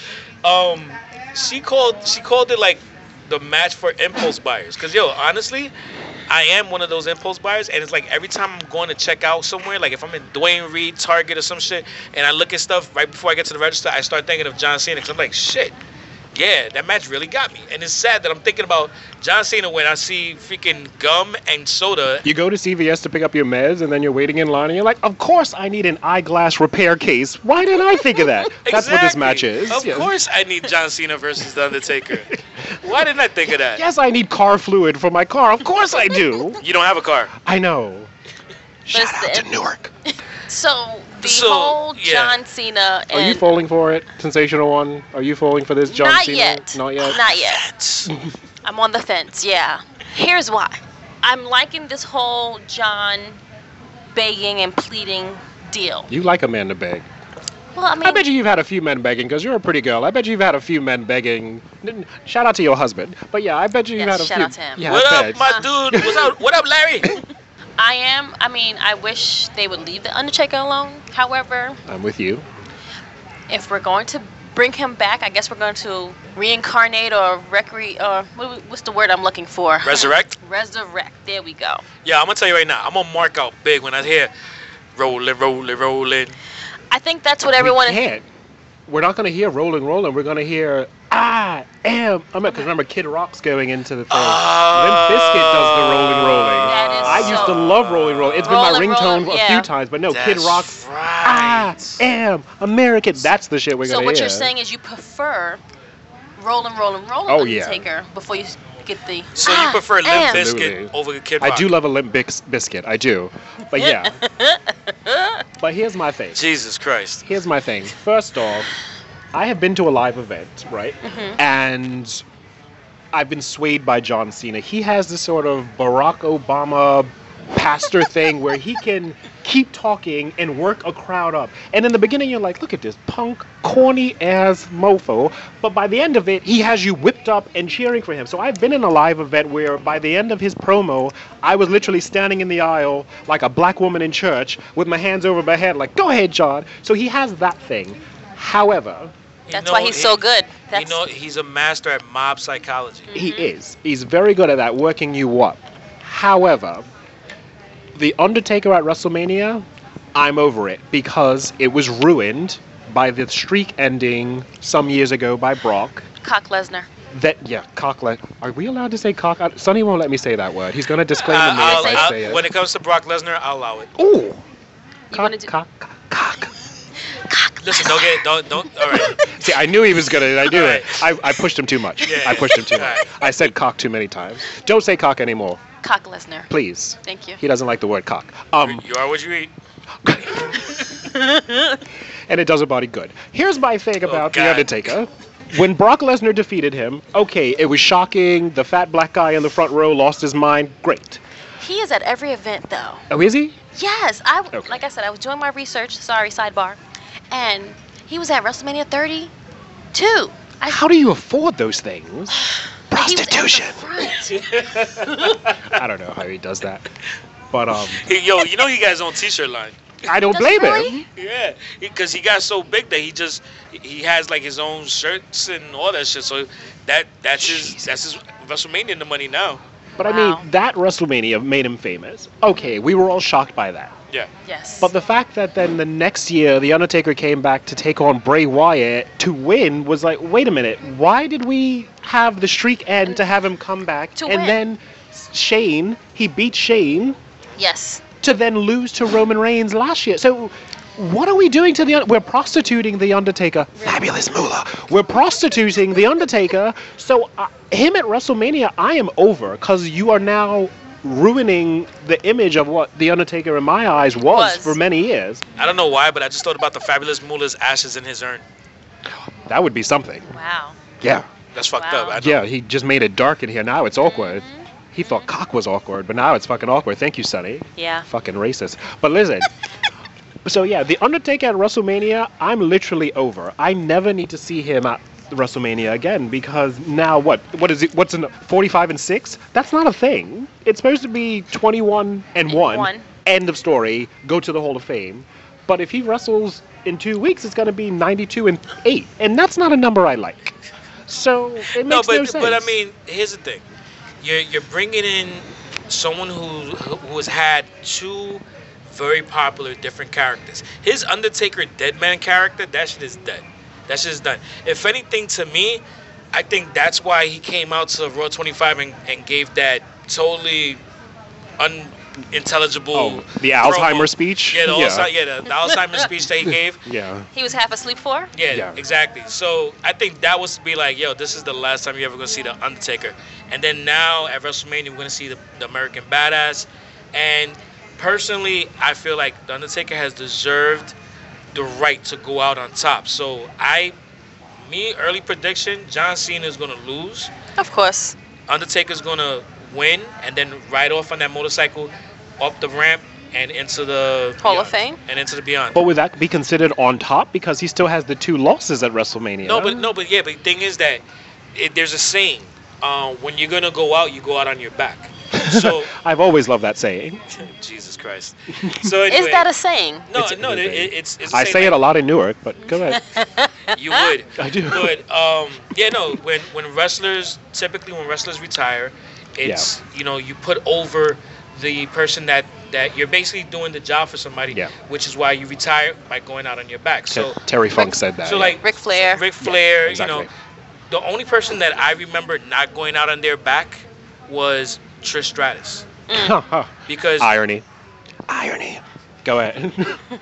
A: um she called she called it like the match for impulse buyers because yo honestly i am one of those impulse buyers and it's like every time i'm going to check out somewhere like if i'm in dwayne reed target or some shit and i look at stuff right before i get to the register i start thinking of john cena because i'm like shit yeah that match really got me and it's sad that i'm thinking about john cena when i see freaking gum and soda
C: You go to CVS to pick up your meds, and then you're waiting in line, and you're like, "Of course, I need an eyeglass repair case. Why didn't I think of that? That's what this
A: Exactly.
C: match is."
A: Of
C: Yes.
A: course, I need John Cena versus The Undertaker. Why didn't I think of that?
C: Yes, I need car fluid for my car. Of course, I do.
A: You don't have a car.
C: I know. Shout out
B: Listen.
C: to Newark.
B: So the
A: So,
B: whole
A: yeah.
B: John Cena and
C: Are you falling for it, sensational one? Are you falling for this, John
B: not
C: Cena?
B: yet,
C: Not yet.
B: not yet. I'm on the fence. Yeah. Here's why. I'm liking this whole John begging and pleading deal.
C: You like a man to beg.
B: Well, I mean,
C: I bet you you've had a few men begging because you're a pretty girl. I bet you've had a few men begging. N- n- Shout out to your husband. But yeah, I bet you you've
B: Yes,
C: had a
B: shout
C: few.
B: out to him.
C: Yeah,
A: what
C: I
A: up,
C: bet.
A: my dude? What's up? What up, Larry?
B: I am. I mean, I wish they would leave the Undertaker alone. However,
C: I'm with you.
B: if we're going to bring him back, I guess we're going to reincarnate or recre or what- what's the word I'm looking for?
A: Resurrect?
B: Resurrect. There we go.
A: Yeah, I'm gonna tell you right now. I'm gonna mark out big when I hear rolling, rolling, rolling.
B: I think that's what everyone
C: we can't. We're not gonna hear rolling, rolling. We're gonna hear I am. I'm because remember Kid Rock's going into the thing.
A: Ah.
C: Oh, Limp Bizkit does the rolling, rolling.
B: That is
C: I used to
B: so-
C: love rolling, rolling. It's been my
B: Rolling,
C: ringtone
B: Rolling,
C: a
B: yeah.
C: few times, but no, Kid Ah,
A: That's
C: Rock's
A: Right.
C: I am American. That's the shit we're
B: So
C: gonna
B: what
C: hear.
B: you're saying is you prefer rolling, rolling, rolling
C: Oh, yeah.
B: Undertaker before you s- get the.
A: So
B: "I
A: you prefer
B: am."
A: Limp
C: Absolutely.
A: Biscuit over Kid Rock?
C: I do love a Limp Bix- Biscuit. I do. But yeah. but here's my thing.
A: Jesus Christ.
C: Here's my thing. First off, I have been to a live event, right? And I've been swayed by John Cena. He has this sort of Barack Obama pastor thing where he can keep talking and work a crowd up. And in the beginning, you're like, look at this punk, corny ass mofo. But by the end of it, he has you whipped up and cheering for him. So I've been in a live event where by the end of his promo, I was literally standing in the aisle like a black woman in church with my hands over my head, like, go ahead, John. So he has that thing. However,
A: You
B: That's
A: know,
B: why he's so
A: he-
B: good. That's Mm-hmm.
A: You know, he's a master at mob psychology.
C: He is. He's very good at that, working you up. However, The Undertaker at WrestleMania, I'm over it because it was ruined by the streak ending some years ago by Brock.
B: Cock Lesnar.
C: That yeah, cocklet. Are we allowed to say cock? uh, Sonny won't let me say that word. He's gonna disclaim
A: I-
C: the me
A: I'll-
C: if I
A: I'll-
C: say
A: uh, when
C: it.
A: it comes to Brock Lesnar, I'll allow it.
C: Ooh, cock,
B: wanna do-
C: cock, cock, cock.
A: Listen, don't get, don't, don't. All right.
C: See, I knew he was gonna. I knew it. I,
A: Alright.
C: I pushed him too much.
A: Yeah,
C: I pushed him too
A: alright.
C: much. I said cock too many times. Don't say cock anymore,
B: Cock Lesnar.
C: please.
B: Thank you.
C: He doesn't like the word cock. Um,
A: You are what you eat.
C: and it does a body good. Here's my thing about The
A: God.
C: Undertaker. When Brock Lesnar defeated him, okay, it was shocking. The fat black guy in the front row lost his mind. Great.
B: He is at every event though.
C: Oh, is he?
B: Yes, I
C: Okay.
B: like I said I was doing my research. Sorry, sidebar, and he was at WrestleMania 32. I
C: How do you afford those things?
B: he was at the
C: Prostitution.
B: front.
C: I don't know how he does that, but um,
A: Hey, yo, you know he got his own T-shirt line.
C: I don't
B: Does
C: blame
B: he really?
C: him.
A: Yeah, because he, got so big that he just he has like his own shirts and all that shit. So that that's his that's his WrestleMania the money now.
C: But I
B: Wow.
C: mean, that WrestleMania made him famous. Okay, we were all shocked by that.
A: Yeah.
B: Yes.
C: But the fact that then the next year The Undertaker came back to take on Bray Wyatt to win was like, wait a minute, why did we have the streak end to have him come back
B: To
C: and
B: win.
C: then Shane, he beat Shane
B: yes.
C: to then lose to Roman Reigns last year. So what are we doing to the Un- we're prostituting the Undertaker? Fabulous Moolah. We're prostituting the Undertaker. So uh, him at WrestleMania, I am over because you are now ruining the image of what the Undertaker in my eyes
B: Was.
C: was. for many years.
A: I don't know why, but I just thought about the fabulous Moolah's ashes in his urn.
C: That would be something.
B: Wow.
C: Yeah.
A: That's fucked
B: Wow.
A: up. I know.
C: Yeah, he just made it dark in here. Now it's awkward. He thought cock was awkward, but now it's fucking awkward. Thank you, Sonny.
B: Yeah.
C: Fucking racist. But listen. so yeah, the Undertaker at WrestleMania, I'm literally over. I never need to see him at WrestleMania again because now what? What is it? What's in 45 and 6? That's not a thing. It's supposed to be 21 and 1.
B: One.
C: End of story. Go to the Hall of Fame. But if he wrestles in 2 weeks, it's going to be 92 and 8, and that's not a number I like. So it makes
A: No,
C: no,
A: but
C: sense.
A: but I mean, here's the thing. You're you're bringing in someone who who has had two very popular different characters. His Undertaker Dead Man character, that shit is dead. That shit is done. If anything, to me, I think that's why he came out to Raw 25 and, and gave that totally unintelligible.
C: Oh, the Alzheimer
A: promo.
C: speech?
A: Yeah, the
C: Yeah.
A: Alzheimer, yeah, the, the Alzheimer speech that he gave.
C: yeah.
B: He was half asleep for.
A: Yeah,
C: Yeah.
A: exactly. So I think that was to be like, yo, this is the last time you're ever gonna see the Undertaker. And then now at WrestleMania, we're gonna see the, the American Badass. And personally, I feel like the Undertaker has deserved the right to go out on top. So I, me, early prediction: John Cena is gonna lose.
B: Of course.
A: Undertaker's gonna win and then ride off on that motorcycle up the ramp and into the
B: Hall of
A: Beyond.
B: Fame?
A: and into the beyond.
C: But would that be considered on top because he still has the two losses at WrestleMania?
A: No, but no, but yeah, but the thing is that it, there's a saying: uh, when you're gonna go out, you go out on your back. So
C: I've always loved that saying.
A: Jesus Christ. So anyway,
B: Is that a saying?
A: no?
C: It's-
A: no, it, it's, it's. a
C: I
A: saying
C: say
A: that-
C: it a lot in Newark, but go ahead.
A: You would.
C: I do.
A: But um, yeah, no. When when wrestlers typically when wrestlers retire, it's you know you put over the person that that you're basically doing the job for somebody.
C: Yeah.
A: Which is why you retire by going out on your back. So
C: Terry Funk said that.
A: so
C: yeah.
A: like
B: Ric Flair.
A: Ric Flair. You
C: exactly.
A: know, the only person that I remember not going out on their back was Trish Stratus because
C: irony, irony. Go ahead.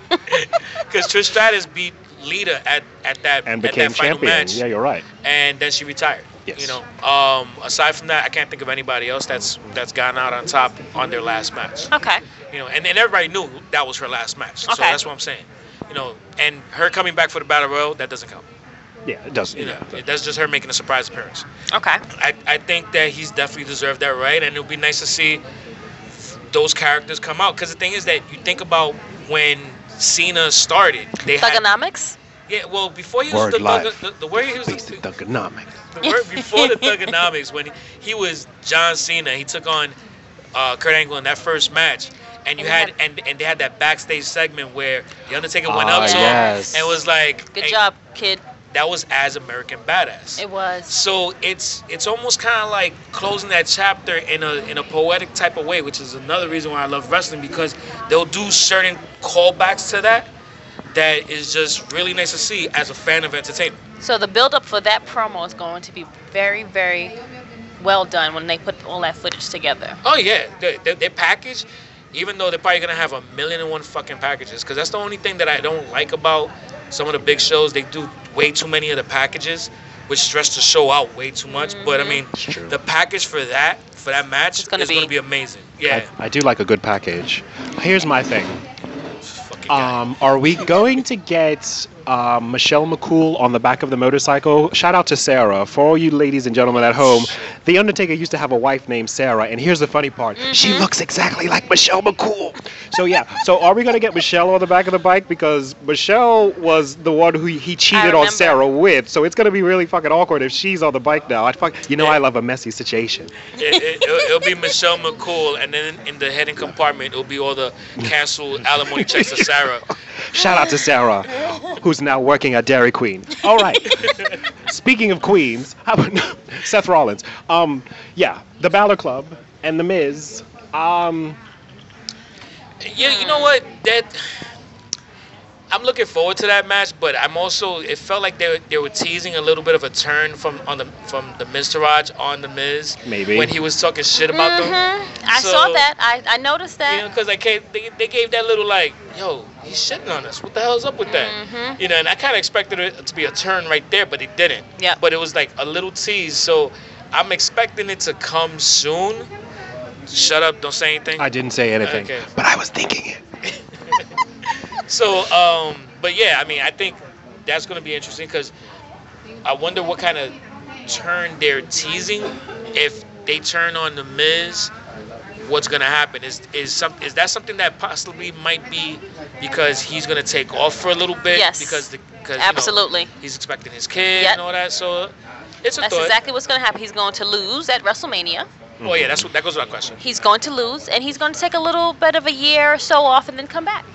A: because Trish Stratus beat Lita at at that
C: and
A: at
C: became
A: that final
C: champion.
A: match.
C: Yeah, you're right.
A: and then she retired.
C: Yes.
A: You know. Um, aside from that, I can't think of anybody else that's that's gone out on top on their last match.
B: Okay.
A: You know, and, and everybody knew that was her last match. So
B: Okay.
A: that's what I'm saying. You know, and her coming back for the battle royal, that doesn't count.
C: Yeah, it does.
A: You know,
C: Yeah, but-
A: that's just her making a surprise appearance.
B: Okay.
A: I, I think that he's definitely deserved that right, and it would be nice to see those characters come out. Because the thing is that you think about when Cena started, they had,
B: Thugonomics?
A: yeah, well before he was
C: Word
A: the,
C: live.
A: thug, the the where he was
C: Please, the
A: the,
C: thugonomics.
A: the word before the thugonomics when he, he was John Cena, he took on uh, Kurt Angle in that first match. And you
B: And he
A: had,
B: had-
A: and, and they had that backstage segment where the Undertaker went up
C: Ah,
A: to
C: yes.
A: him and was like,
B: Good
A: "Hey,
B: job, kid.
A: That was as American Badass.
B: It was.
A: So it's it's almost kind of like closing that chapter in a in a poetic type of way, which is another reason why I love wrestling because they'll do certain callbacks to that that is just really nice to see as a fan of entertainment.
B: So the build up for that promo is going to be very, very well done when they put all that footage together.
A: Oh yeah, they, they, they package, even though they're probably gonna have a million and one fucking packages. Cause that's the only thing that I don't like about some of the big shows. They do way too many of the packages, which stress the show out way too much. But I mean,
C: It's true.
A: the package for that for that match
B: It's gonna
A: is gonna
B: be-
A: be amazing. Yeah.
C: I, I do like a good package. Here's my thing.
A: Fucking guy.
C: Um, are we going to get um, Michelle McCool on the back of the motorcycle? Shout out to Sarah. For all you ladies and gentlemen at home, The Undertaker used to have a wife named Sarah, and here's the funny part she
A: Mm-hmm.
C: looks exactly like Michelle McCool. So, yeah, so are we going to get Michelle on the back of the bike? Because Michelle was the one who he cheated on
B: remember.
C: Sarah with, so it's going to be really fucking awkward if she's on the bike now. I fuck, you know,
A: Yeah.
C: I love a messy situation.
A: it, it, it'll, it'll be Michelle McCool, and then in the heading compartment, it'll be all the canceled alimony checks to Sarah.
C: Shout out to Sarah, who's now working at Dairy Queen. All right. Speaking of queens, how about Seth Rollins? Um, yeah, the Balor Club and the Miz. Um,
A: Yeah, you know what? That I'm looking forward to that match, but I'm also it felt like they were- they were teasing a little bit of a turn from on the from the Miz to Raj on the Miz.
C: Maybe.
A: when he was talking shit about them.
B: Mhm. I
A: So,
B: saw that. I, I noticed
A: You know,
B: that.
A: because I can they, they gave that little like, yo, he's shitting on us. What the hell's up with that? You know, and I kind of expected it to be a turn right there, but it didn't.
B: Yeah.
A: But it was like a little tease, so I'm expecting it to come soon. Shut up! Don't say anything.
C: I didn't say anything,
A: Okay.
C: but I was thinking it.
A: So, um, but yeah, I mean, I think that's going to be interesting because I wonder what kind of turn they're teasing. If they turn on the Miz, what's going to happen? Is is some is that something that possibly might be because he's going to take off for a little bit?
B: Yes.
A: Because the cause, you know,
B: Absolutely.
A: he's expecting his kid
B: Yep.
A: and all that. So it's a
B: That's
A: thought.
B: exactly what's going to happen. He's going to lose at WrestleMania.
A: oh yeah, that's what that goes with my question.
B: He's going to lose, and he's going to take a little bit of a year or so off and then come back.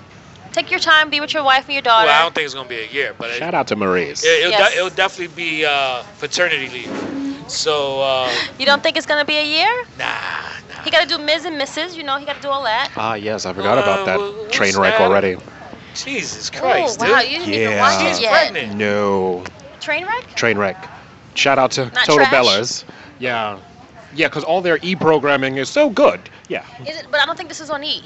B: Take your time, be with your wife and your daughter.
A: Well, I don't think it's going to be a year, but it,
C: Shout out to Maurice.
A: it, will
B: Yes.
A: it'll definitely be uh, paternity leave. So uh,
B: you don't think it's going to be a year?
A: nah, nah.
B: He got to do Ms. and Mrs., you know, he got to do all that.
C: Ah, yes, I forgot about
A: Uh, wh-
C: that
A: what's
C: train wreck
A: that?
C: already.
A: Jesus Christ,
B: oh, wow,
A: dude.
B: you didn't even
C: Yeah.
B: watch
A: She's
B: it yet.
A: pregnant.
C: No,
B: Train wreck?
C: train wreck. Shout out to
B: Not
C: Total
B: trash.
C: Bellas. Yeah, yeah, because all their e programming is so good. Yeah,
B: Is it? But I don't think this is on E.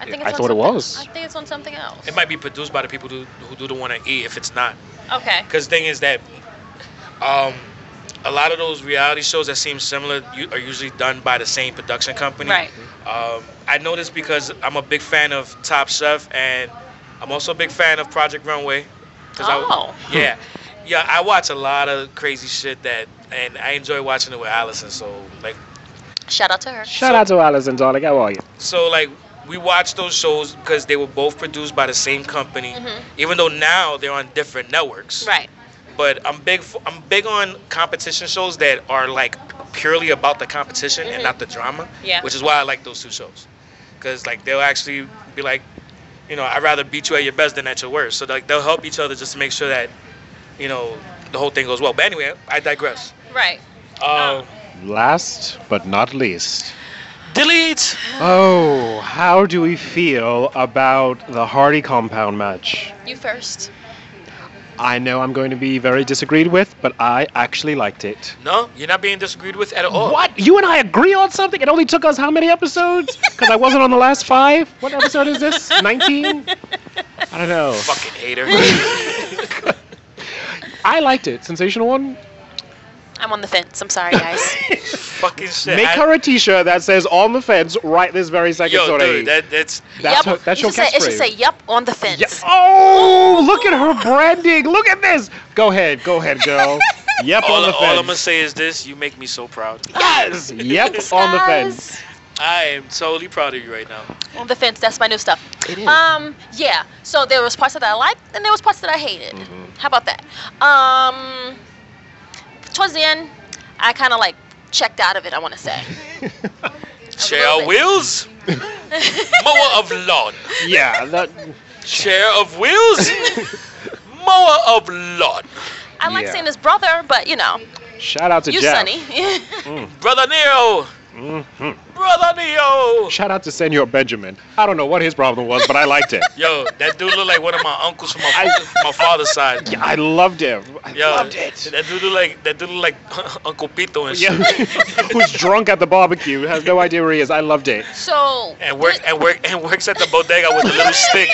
B: I think it's on
C: I thought
B: something-
C: it was.
B: I think it's on something else.
A: It might be produced by the people who, who do the one at E if it's not.
B: okay.
A: Because the thing is that um, a lot of those reality shows that seem similar you, are usually done by the same production company.
B: Right.
A: Um, I know this because I'm a big fan of Top Chef and I'm also a big fan of Project Runway. 'Cause
B: Oh.
A: I, yeah. Yeah, I watch a lot of crazy shit that, and I enjoy watching it with Allison. So, like,
B: Shout out to her.
C: shout out to Alice and darling. How are you?
A: So like we watched those shows because they were both produced by the same company,
B: Mhm.
A: even though now they're on different networks.
B: Right.
A: But I'm big. f I'm big on competition shows that are like purely about the competition and
B: Mhm.
A: not the drama.
B: Yeah.
A: Which is why I like those two shows, because like they'll actually be like, you know, I'd rather beat you at your best than at your worst. So like they'll help each other just to make sure that, you know, the whole thing goes well. But anyway, I digress.
B: Right.
A: Uh,
B: Oh.
C: Last but not least.
A: delete.
C: Oh, how do we feel about the Hardy compound match?
B: You first.
C: I know I'm going to be very disagreed with, but I actually liked it.
A: No, you're not being disagreed with at all.
C: What? You and I agree on something? It only took us how many episodes? Because I wasn't on the last five. What episode is this? 19? I don't know.
A: Fucking hater.
C: I liked it. Sensational one.
B: I'm on the fence. I'm sorry, guys.
A: Fucking shit.
C: Make
A: I-
C: her a T-shirt that says "On the Fence" right this very second.
A: Yo,
C: Sorry.
A: dude, that, that's
C: that's her,
B: yep.
C: that's
B: you
C: your
B: should say, it should
C: catchphrase.
B: say, yep, on the fence.
C: Yes. Oh, look at her branding. Look at this. Go ahead. Go ahead, girl. Yep
A: all,
C: on the
A: all I'm
C: fence.
A: gonna say is this: you make me so proud.
C: yes. Yep on the fence.
A: I am totally proud of you right now.
B: On the fence. That's my new stuff.
C: It is.
B: Um, yeah. So there was parts that I liked, and there was parts that I hated.
C: Mhm.
B: How about that? Um, towards the end, I kind of like checked out of it. I want to say.
A: Chair
B: bit.
A: wheels, mower of lawn.
C: yeah. That.
A: Chair of wheels, mower of lawn.
B: I like
C: Yeah.
B: seeing his brother, but you know,
C: Shout out to
B: you
C: Jeff.
B: Sonny.
A: Brother Neo,
C: Mhm.
A: brother Neo.
C: Shout out to Senor Benjamin. I don't know what his problem was, but I liked it.
A: Yo, that dude look like one of my uncles from my, from my father's side.
C: Yeah, I loved him. I
A: Yo,
C: loved it.
A: That dude look like that dude look like Uncle Pito and
C: Yeah.
A: shit.
C: Who's drunk at the barbecue? Has no idea where he is. I loved it.
B: so.
A: and works and work and works at the bodega with the little stick.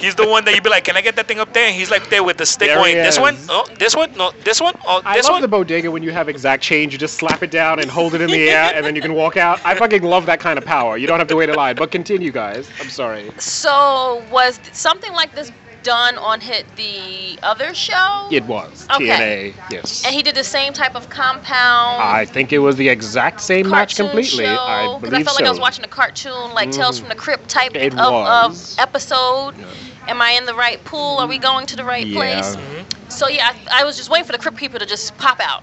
A: He's the one that you be like, "Can I get that thing up there?" And he's like there with the stick
C: There he
A: going, "This
C: is.
A: one? Oh, this one? No, this one? Oh,
C: I
A: this
C: love
A: one?"
C: the bodega when you have exact change. You just slap it down and hold it in the air, and then you can walk out. I fucking love that kind of power. You don't have to wait in line. But continue, guys. I'm sorry.
B: So was th- something like this done on hit the other show?
C: It was
B: Okay.
C: TNA. Yes.
B: And he did the same type of compound.
C: I think it was the exact same match
B: cartoon
C: completely.
B: Show,
C: I
B: 'cause
C: believe
B: I felt
C: so.
B: like I was watching a cartoon, like Tales
C: Mm.
B: from the Crypt type
C: It
B: of, of
C: was.
B: episode.
C: Yeah. Mm.
B: Am I in the right pool? Are we going to the right
C: Yeah.
B: place?
A: Mhm.
B: So yeah, I, I was just waiting for the Crypt Keeper to just pop out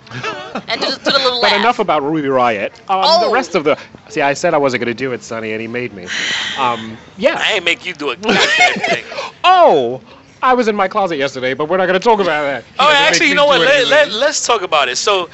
B: and to just do the little
C: But
B: laugh.
C: enough about Ruby Riot. Um,
B: Oh.
C: The rest of the. See, I said I wasn't going to do it, Sonny, and he made me. Um, yeah.
A: I ain't make you do a goddamn thing.
C: Oh! I was in my closet yesterday, but we're not going to talk about that. He
A: Oh,
C: doesn't make
A: actually, you
C: me
A: know
C: do
A: what? Let,
C: anything.
A: let, let's talk about it. So,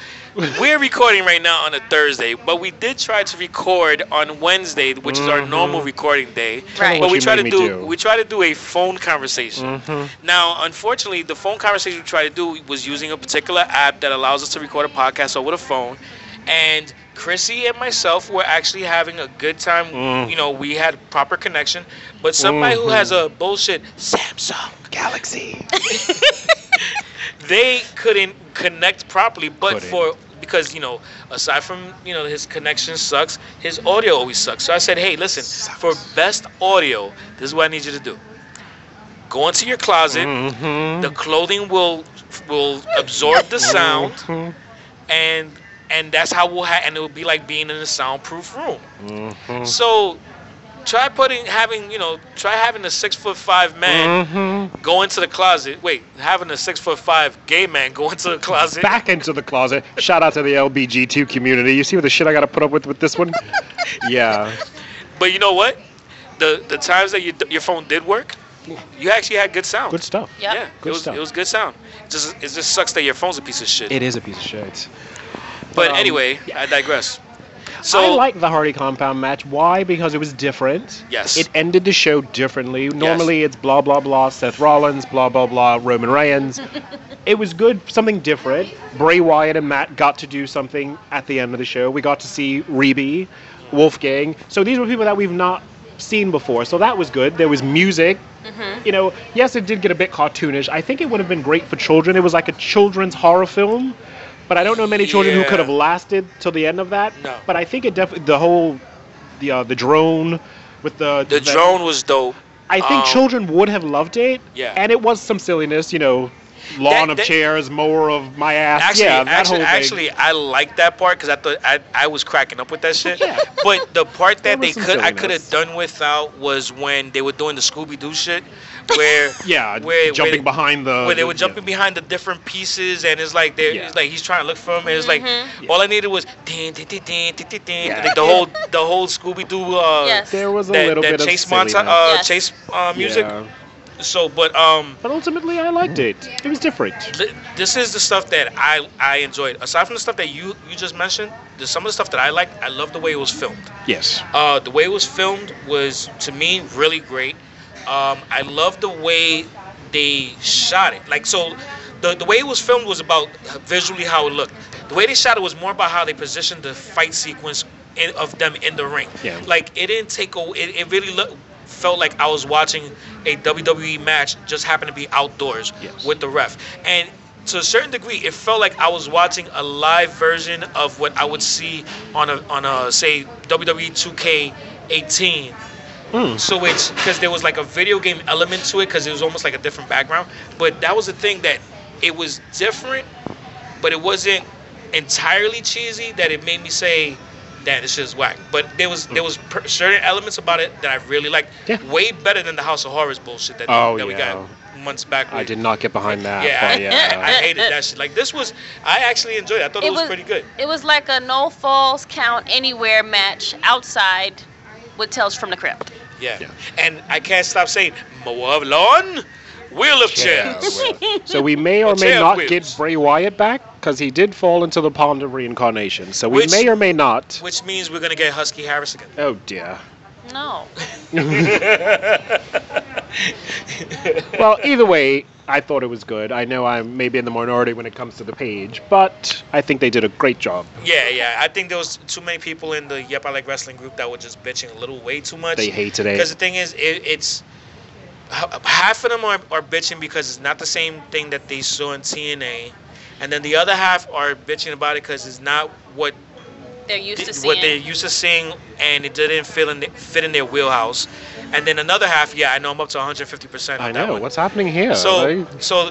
A: we're recording right now on a Thursday, but we did try to record on Wednesday, which is our
C: Mhm.
A: normal recording day.
B: Right.
A: But
C: What
A: we
C: you
A: try to
C: made
A: do,
C: me do.
A: we try to do a phone conversation.
C: Mhm.
A: Now, unfortunately, the phone conversation we tried to do was using a particular app that allows us to record a podcast over the phone. And Chrissy and myself were actually having a good time.
C: Mm.
A: You know, we had proper connection. But somebody who
C: Mhm.
A: has a bullshit Samsung
C: Galaxy.
A: they couldn't connect properly but
C: Couldn't.
A: for because you know aside from you know his connection sucks his audio always sucks so i said hey listen for best audio this is what i need you to do go into your closet
C: Mhm.
A: the clothing will will absorb the sound
C: Mhm.
A: and and that's how we'll have and it'll be like being in a soundproof room
C: Mhm.
A: so try putting having you know try having a six foot five man
C: Mhm.
A: go into the closet wait having a six foot five gay man go into the closet
C: Back into the closet. Shout out to the LBG2 community. You see what the shit I got to put up with with this one? yeah.
A: But you know what? The the times that your your phone did work, you actually had good sound.
C: Good stuff.
B: Yep.
A: Yeah,
C: Good
A: it was
C: stuff.
A: it was good sound. It just it just sucks that your phone's a piece of shit.
C: It is a piece of shit.
A: but
C: um,
A: anyway,
C: yeah.
A: I digress.
C: I
A: So
C: like the Hardy compound match. Why? Because it was different.
A: Yes.
C: It ended the show differently. Normally it's blah blah blah Seth Rollins, blah blah blah Roman Reigns. it was good, something different. Bray Wyatt and Matt got to do something at the end of the show. We got to see Reby, Wolfgang. So these were people that we've not seen before. So that was good. There was music.
A: Mm-hmm.
C: You know, yes, it did get a bit cartoonish. I think it would have been great for children. It was like a children's horror film, but I don't know many children who
A: Yeah.
C: could have lasted till the end of that.
A: No.
C: But I think it definitely the whole the uh, the drone with the
A: the drone was dope.
C: I think
A: um,
C: children would have loved it.
A: Yeah.
C: And it was some silliness, you know. lawn
A: That-
C: of
A: that-
C: chairs, mower of my ass.
A: Actually,
C: yeah, that
A: actually,
C: whole thing.
A: actually, I like that part because I thought I, I was cracking up with that shit.
C: Yeah.
A: But the part
C: There
A: that they
C: was some
A: could I
C: silliness.
A: could have done without was when they were doing the Scooby Doo shit, where
C: yeah,
A: where- where-
C: jumping behind the
A: where they were
C: Oh, yeah.
A: jumping behind the different pieces, and it's like they
C: Yeah.
A: it's like he's trying to look for him, and it's
B: Mhm.
A: like all I needed was ding, ding, ding, ding, ding, ding, ding,
C: Yeah.
A: like the whole the whole Scooby Doo uh,
B: Yes.
C: There was a
A: that,
C: little
A: that
C: bit
A: chase
C: of
A: monta-
C: silliness.
A: uh,
B: Yes.
A: chase uh, music.
C: Yeah.
A: So, but um,
C: But ultimately, I liked it. It was different.
A: Th- this is the stuff that I, I enjoyed. Aside from the stuff that you, you just mentioned, the, some of the stuff that I liked, I loved the way it was filmed.
C: Yes.
A: Uh, the way it was filmed was, to me, really great. Um, I loved the way they shot it. Like, so the, the way it was filmed was about visually how it looked. The way they shot it was more about how they positioned the fight sequence in, of them in the ring.
C: Yeah.
A: Like, it didn't take a, it, it really looked, felt like I was watching a WWE match just happened to be outdoors
C: Yes.
A: with the ref. And to a certain degree, it felt like I was watching a live version of what I would see on a on a say E WWE 2K18.
C: Mm.
A: So it's because there was like a video game element to it because it was almost like a different background. But that was the thing that it was different, but it wasn't entirely cheesy that it made me say that this is whack. But there was there was per- certain elements about it that I really liked,
C: Yeah.
A: way better than the House of Horrors bullshit that,
C: Oh,
A: that we
C: yeah.
A: got months back.
C: I
A: with-
C: did not get behind that.
A: yeah,
C: but yeah.
A: I, I hated that shit. Like this was, I actually enjoyed. it. I thought it, was, pretty good.
B: It was like a no falls count anywhere match outside with Tales from the Crypt.
A: Yeah.
C: Yeah.
A: and I can't stop saying mower of lawn, wheel of chairs.
C: So we may or
A: The
C: may
A: chair
C: not
A: whips.
C: get Bray Wyatt back because he did fall into the pond of reincarnation. So we
A: Which-
C: may or may not.
A: Which means we're gonna get Husky Harris again.
C: oh dear.
B: No.
C: Well, either way, I thought it was good. I know I'm maybe in the minority when it comes to the page, but I think they did a great job.
A: Yeah, yeah. I think there was too many people in the Yep I Like Wrestling group that were just bitching a little way too much.
C: They hated it.
A: Because the thing is, it, it's h- half of them are, are bitching because it's not the same thing that they saw in TNA, and then the other half are bitching about it because it's not what
B: They're used to
A: did- what they're
B: seeing.
A: used to seeing, and it didn't fit in fit in their wheelhouse. And then another half, yeah, I know I'm up to 150 percent.
C: I know what's happening here.
A: so
C: They-
A: so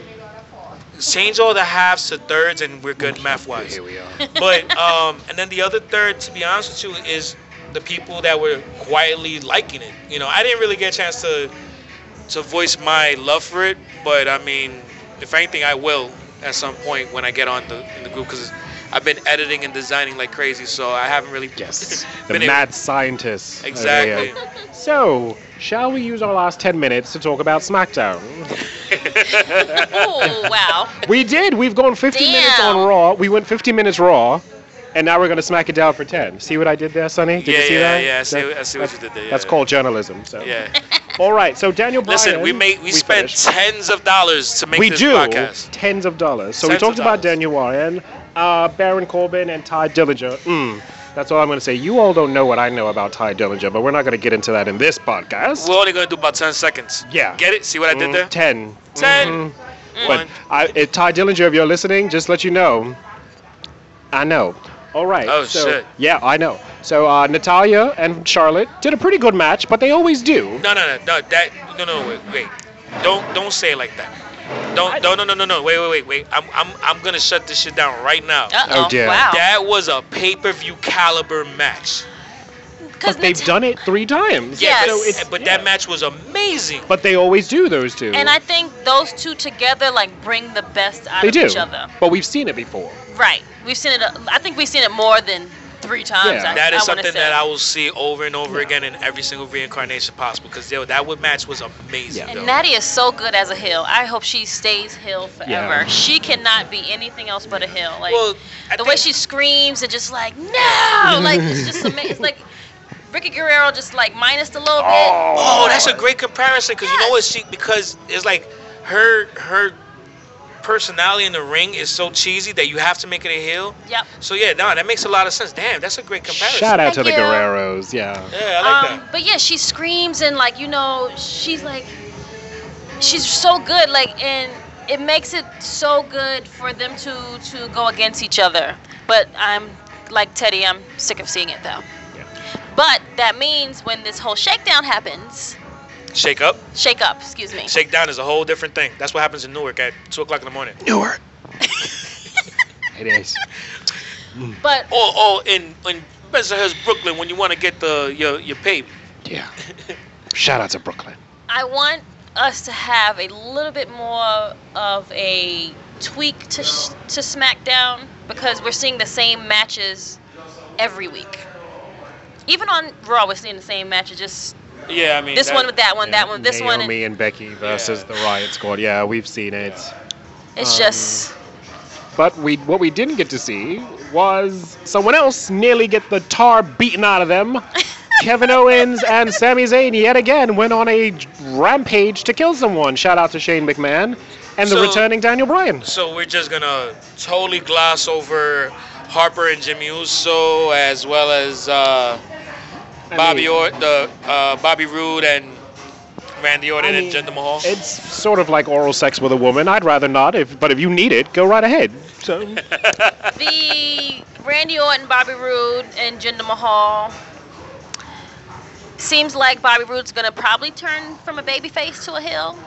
A: change all the halves to thirds, and we're good math wise.
C: Here we are.
A: But um, and then the other third, to be honest with you, is the people that were quietly liking it. You know, I didn't really get a chance to to voice my love for it, but I mean, if anything, I will at some point when I get on the in the group because I've been editing and designing like crazy, so I haven't really
C: Yes, the
A: been able-
C: mad Oh, scientists. over here.
A: exactly.
C: So, shall we use our last 10 minutes to talk about SmackDown?
B: oh, wow.
C: We did. We've gone 50 minutes
B: Damn.
C: on Raw. We went 50 minutes Raw, and now we're going to smack it down for 10. See what I did there, Sonny? Did
A: yeah,
C: you see
A: yeah,
C: that?
A: yeah. I see,
C: That-
A: I see what you did there. Yeah.
C: That's called journalism. So.
A: Yeah.
C: All right. So Daniel Bryan.
A: Listen, we made we, spent
C: finished.
A: tens of dollars to make
C: we
A: this
C: do
A: podcast.
C: tens of dollars. So
A: Tens
C: we
A: of
C: talked about
A: dollars.
C: Daniel Bryan, uh, Baron Corbin, and Ty Dillinger. Mm, that's all I'm going to say. You all don't know what I know about Ty Dillinger, but we're not going to get into that in this podcast.
A: We're only gonna do about ten seconds.
C: Yeah.
A: Get it? See what I did
C: Mm,
A: there?
C: 10.
A: 10.
C: Mhm.
A: One.
C: But I, if Ty Dillinger, if you're listening, just let you know. I know. All right.
A: Oh,
C: so,
A: shit.
C: Yeah, I know. So uh, Natalia and Charlotte did a pretty good match, but they always do.
A: No, no, no, no. That no, no, wait, wait. Don't don't say it like that. Don't no, no, no, no, no. Wait, wait, wait, wait. I'm I'm I'm gonna shut this shit down right now.
B: Uh-oh,
C: dear.
B: wow.
A: That was a pay-per-view caliber match.
B: Because
C: But they've done it three times.
A: but-
B: Yes.
A: eh,
B: So it's-
A: but
C: yeah.
A: that match was amazing.
C: But they always do those two.
B: And I think those two together like bring the best out
C: they
B: of
C: do.
B: each other.
C: But we've seen it before.
B: Right. We've seen it. a- I think we've seen it more than three times.
C: Yeah.
B: I,
A: That is
B: I wanna
A: something
B: say.
A: that I will see over and over again in every single reincarnation possible. Because yo, that would match was amazing.
C: Yeah.
A: though.
B: And Natty is so good as a heel. I hope she stays heel forever.
C: Yeah.
B: She cannot be anything else but a heel. Like
A: Well, I
B: the way
A: think-
B: she screams and just like no, like it's just amazing. It's like Ricky Guerrero just like minus a little bit.
A: Oh, that's a great comparison because you know what
B: Yes.
A: she because it's like her her personality in the ring is so cheesy that you have to make it a heel.
B: Yep.
A: So yeah, no, that makes a lot of sense. Damn, that's a great comparison.
C: Shout out to
B: Thank
C: the
B: you.
C: Guerreros. Yeah.
A: Yeah, I like
B: um, But yeah, she screams and like you know, she's like, she's so good. Like, and it makes it so good for them to to go against each other. But I'm like Teddy, I'm sick of seeing it though.
C: Yeah.
B: But that means when this whole shakedown happens,
A: Shake up.
B: Shake up, excuse me.
A: Shake down is a whole different thing. That's what happens in Newark at two o'clock in the morning.
C: Newark. it is.
B: But
A: Or or Oh, in in Spencer Hills, Brooklyn, when you want to get the your your pape.
C: Yeah. Shout out to Brooklyn.
B: I want us to have a little bit more of a tweak to sh- to SmackDown because we're seeing the same matches every week. Even on Raw, we're seeing the same matches. Just
A: Yeah, I mean
B: this one with that one,
C: Yeah,
B: that one, this
C: Naomi
B: one. and
C: Naomi and Becky versus
A: Yeah.
C: the Riot Squad. Yeah, we've seen it.
B: It's just
C: But we what we didn't get to see was someone else nearly get the tar beaten out of them. Kevin Owens and Sami Zayn yet again went on a rampage to kill someone. Shout out to Shane McMahon and the
A: So-
C: returning Daniel Bryan.
A: So we're just gonna totally gloss over Harper and Jimmy Uso, as well as uh,
C: I
A: Bobby
C: mean-
A: or the uh, Bobby Roode and Randy Orton
C: I
A: and
C: mean,
A: Jinder Mahal.
C: It's sort of like oral sex with a woman. I'd rather not, if but if you need it, go right ahead. So
B: the Randy Orton, Bobby Roode, and Jinder Mahal. Seems like Bobby Roode's gonna probably turn from a baby face to a heel.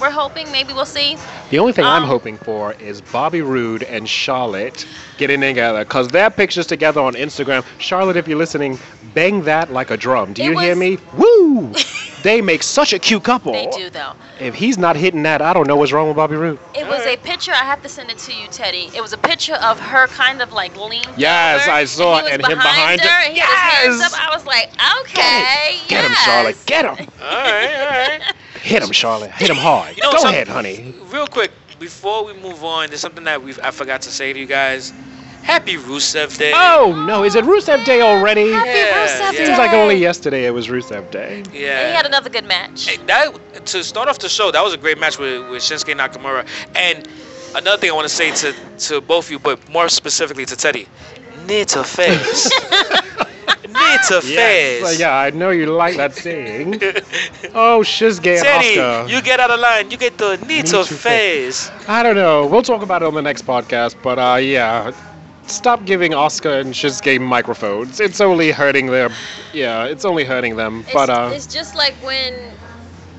B: We're hoping, maybe we'll see.
C: the only thing I'm
B: Um,
C: hoping for is Bobby Roode and Charlotte getting together, cause their pictures together on Instagram. Charlotte, if you're listening, bang that like a drum. Do
B: It
C: you hear
B: was-
C: me? Woo! they make such a cute couple.
B: They do though.
C: If he's not hitting that, I don't know what's wrong with Bobby Roode.
B: It was a
A: Alright.
B: picture. I have to send it to you, Teddy. It was a picture of her kind of like leaned.
C: Yes,
B: over,
C: I saw
B: and
C: it,
B: he
C: and
B: was
C: him
B: behind
C: behind her.
B: her. And he had his hands
C: Yes!
B: up. I was like, okay,
C: Get him, get him,
B: yes.
C: Charlotte. Get him.
A: all right, all right.
C: Hit him, Charlotte. Hit him hard.
A: You know,
C: go
A: some-
C: ahead, honey.
A: Real quick, before we move on, there's something that we have I forgot to say to you guys. Happy Rusev Day.
C: Oh no, is it Rusev Day already?
B: Happy
A: Yeah,
B: Rusev
A: yeah.
C: Seems like
B: Day.
C: only yesterday it was Rusev Day.
A: yeah.
B: And he had another good match.
A: Hey, that to start off the show, that was a great match with, with Shinsuke Nakamura. And another thing I want to say to to both of you, but more specifically to Teddy, knit a face, knit a
C: So,
A: face.
C: yeah, I know you like that saying. oh, Shizge and
A: Teddy,
C: Oscar.
A: you get out of line. You get the knit
C: Knit
A: a
C: a face.
A: face.
C: I don't know. We'll talk about it on the next podcast, but uh, yeah. Stop giving Oscar and Shizge microphones. It's only hurting their. Yeah, it's only hurting them.
B: It's,
C: But uh,
B: it's just like when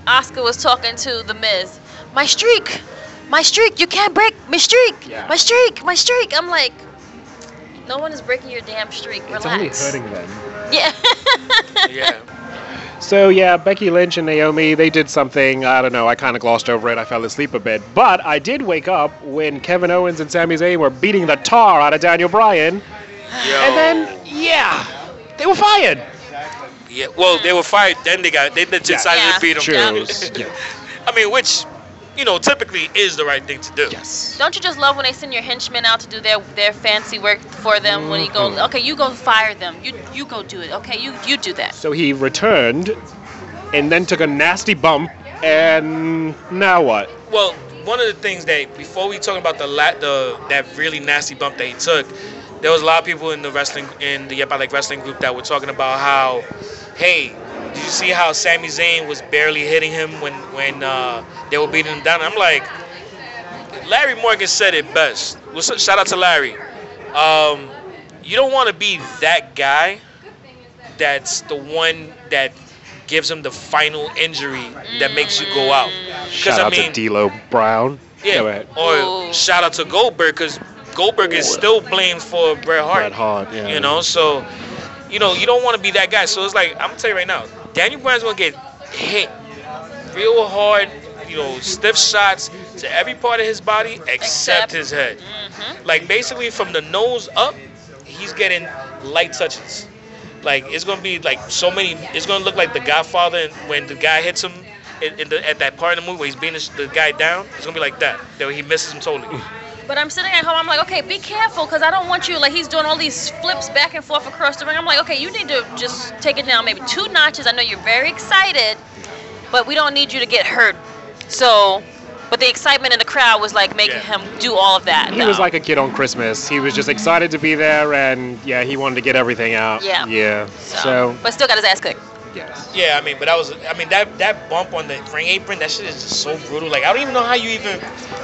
B: Oscar was talking to the Miz. My streak, my streak. You can't break my streak.
C: Yeah.
B: My streak, my streak. I'm like, no one is breaking your damn streak.
C: it's only
B: Relax.
C: hurting them.
B: Yeah.
A: Yeah.
C: So yeah, Becky Lynch and Naomi, they did something. I don't know. I kind of glossed over it. I fell asleep a bit, but I did wake up when Kevin Owens and Sami Zayn were beating the tar out of Daniel Bryan,
A: Yo.
C: and then yeah, they were fired.
A: yeah. Well, they were fired. Then they got they legit
C: Yeah.
A: decided
B: Yeah.
A: to beat him.
C: True.
B: Yeah.
C: Yeah.
A: I mean, which you know typically is the right thing to do.
C: Yes.
B: Don't you just love when they send your henchmen out to do their, their fancy work for them? When you go,
C: Mhm.
B: okay, you go fire them. You you go do it. Okay, you you do that.
C: So he returned, and then took a nasty bump, and now what?
A: Well, one of the things that before we talk about the la- the that really nasty bump that he took, there was a lot of people in the wrestling in the Yep I Like Wrestling group that were talking about how, hey, did you see how Sami Zayn was barely hitting him when when uh, they were beating him down? I'm like, Larry Morgan said it best. What's up? Shout out to Larry. Um, you don't want to be that guy. That's the one that gives him the final injury that makes you go out. 'Cause,
C: Shout
A: I
C: out
A: mean,
C: to D'Lo Brown. Go
A: yeah,
C: ahead. Oh.
A: or
B: Ooh.
A: shout out to Goldberg because Goldberg is still blamed for Bret Hart.
C: Bret Hart, yeah.
A: You know, so you know you don't want to be that guy. So it's like I'm telling you right now, Daniel Bryan's gonna get hit real hard. You know, stiff shots to every part of his body except,
B: Except-
A: his head.
C: Mm-hmm.
B: hmm
A: Like basically from the nose up, he's getting light touches. Like it's gonna be like so many. It's gonna look like The Godfather and when the guy hits him in, in the, at that part of the movie where he's beating the guy down. It's gonna be like that. That he misses him totally.
B: But I'm sitting at home. I'm like, okay, be careful, cause I don't want you. Like he's doing all these flips back and forth across the ring. I'm like, okay, you need to just take it down maybe two notches. I know you're very excited, but we don't need you to get hurt. So, but the excitement in the crowd was like making
A: Yeah.
B: him do all of that.
C: He
B: though.
C: was like a kid on Christmas. He was just excited to be there, and yeah, he wanted to get everything out.
B: Yeah.
C: Yeah. So,
B: but still got his ass kicked.
C: yes.
A: Yeah, I mean, but that was. I mean, that that bump on the ring apron, that shit is just so brutal. Like I don't even know how you even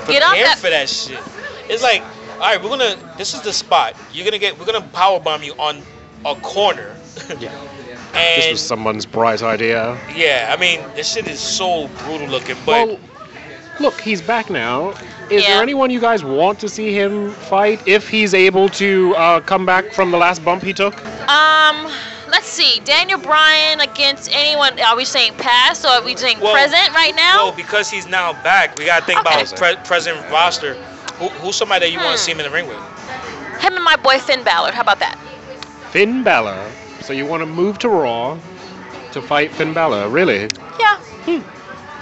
B: Get off
A: prepare
B: that-
A: for that shit. It's like, all right, we're gonna. This is the spot. You're gonna get. We're gonna power bomb you on a corner.
C: Yeah.
A: And And
C: this was someone's bright idea.
A: yeah, I mean, this shit is so brutal looking, but
C: Well, look, he's back now. Is
B: Yeah.
C: there anyone you guys want to see him fight if he's able to uh, come back from the last bump he took?
B: Um, let's see. Daniel Bryan against anyone. Are we saying past or are we saying
A: Well,
B: present right now?
A: well, because he's now back, we gotta think about his
C: Okay.
A: pre- present roster. Who, who's somebody that you want
B: Hmm.
A: to see him in the ring with?
B: Him and my boy Finn Balor. How about that?
C: Finn Balor. So you want to move to Raw to fight Finn Balor? Really,
B: Yeah.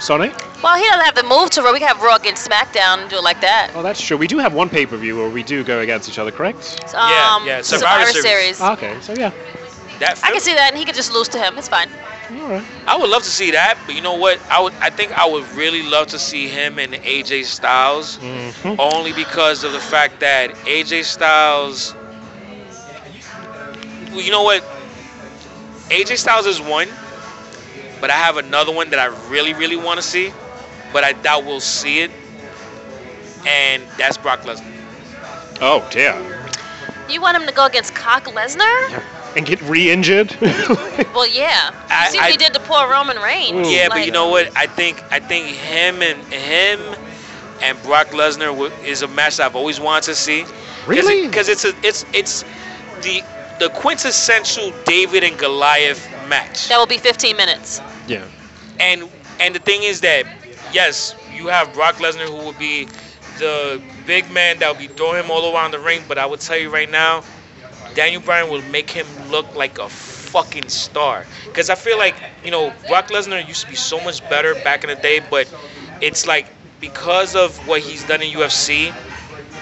C: Sonic?
B: Well, he doesn't have to move to Raw. We can have Raw against SmackDown and do it like that.
C: Oh, that's true. We do have one pay-per-view where we do go against each other, correct?
A: Yeah,
B: Um,
A: yeah, Survivor Series.
C: Ah, okay, so yeah,
A: That
B: I can see that, and he could just lose to him. It's fine.
C: all right.
A: I would love to see that, but you know what? I would. I think I would really love to see him and AJ Styles,
C: Mhm.
A: only because of the fact that AJ Styles. Well, you know what? AJ Styles is one, but I have another one that I really, really want to see, but I doubt we'll see it, and that's Brock Lesnar.
C: Oh dear.
B: You want him to go against Cock Lesnar?
C: And get re-injured?
B: Well, yeah. You
A: I-
B: see what
A: I-
B: he did to poor Roman Reigns.
C: Mm.
A: Yeah, but you
B: Like,
A: know what? I think I think him and him and Brock Lesnar w- is a match that I've always wanted to see.
C: Really?
A: Because it's a, it's it's the the quintessential David and Goliath match.
B: That will be 15 minutes.
C: yeah.
A: And and the thing is that yes, you have Brock Lesnar who would be the big man that would be throwing him all around the ring. But I would tell you right now, Daniel Bryan will make him look like a fucking star. Because I feel like you know Brock Lesnar used to be so much better back in the day, but it's like because of what he's done in UFC,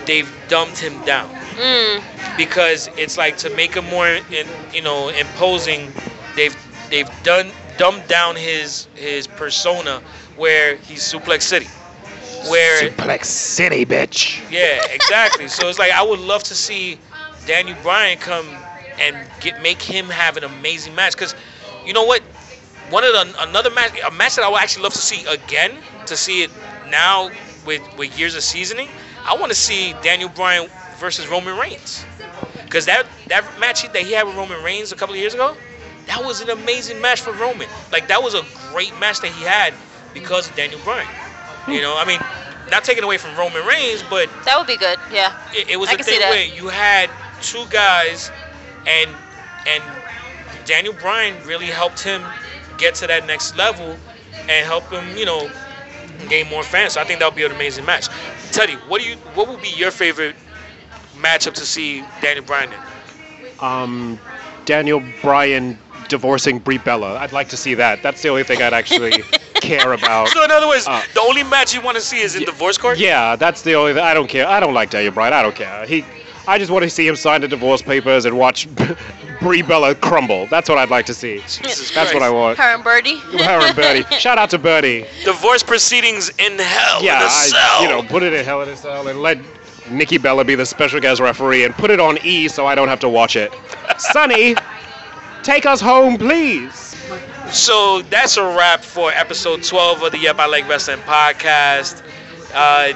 A: they've dumbed him down
B: Mm.
A: because it's like to make him more in, you know imposing they've they've done dumbed down his his persona where he's suplex city where
C: Suplex City, bitch.
A: yeah exactly so it's like i would love to see daniel bryan come and get make him have an amazing match because you know what one of the another match a match that i would actually love to see again to see it now with with years of seasoning i want to see daniel bryan versus roman reigns because that that match he- that he had with Roman Reigns a couple of years ago, that was an amazing match for Roman. Like that was a great match that he had because of Daniel Bryan. You know, I mean, not taking away from Roman Reigns, but
B: That would be good. Yeah.
A: it, it was
B: I
A: a
B: can see
A: thing
B: that.
A: where you had two guys, and and Daniel Bryan really helped him get to that next level and help him, you know, gain more fans. So I think that would be an amazing match. Teddy, what do you what would be your favorite matchup to see Daniel Bryan in?
C: Um, Daniel Bryan divorcing Brie Bella. I'd like to see that. That's the only thing I'd actually care about.
A: So in other words,
C: Uh,
A: the only match you want to see is in
C: Ye-
A: divorce court.
C: Yeah, that's the only. Thing. I don't care. I don't like Daniel Bryan. I don't care. He, I just want to see him sign the divorce papers and watch Brie Bella crumble. That's what I'd like to see.
A: Jesus
C: That's what I
A: Christ.
C: want.
B: Her and Birdie.
C: Her and Bernie. Shout out to Bernie.
A: Divorce proceedings in hell
C: Yeah,
A: in a
C: I,
A: cell.
C: you know, put it in Hell in a Cell and let Nikki Bella be the special guest referee and put it on E so I don't have to watch it. Sonny, take us home, please.
A: So that's a wrap for episode 12 of the Yep I Like Wrestling podcast. Uh,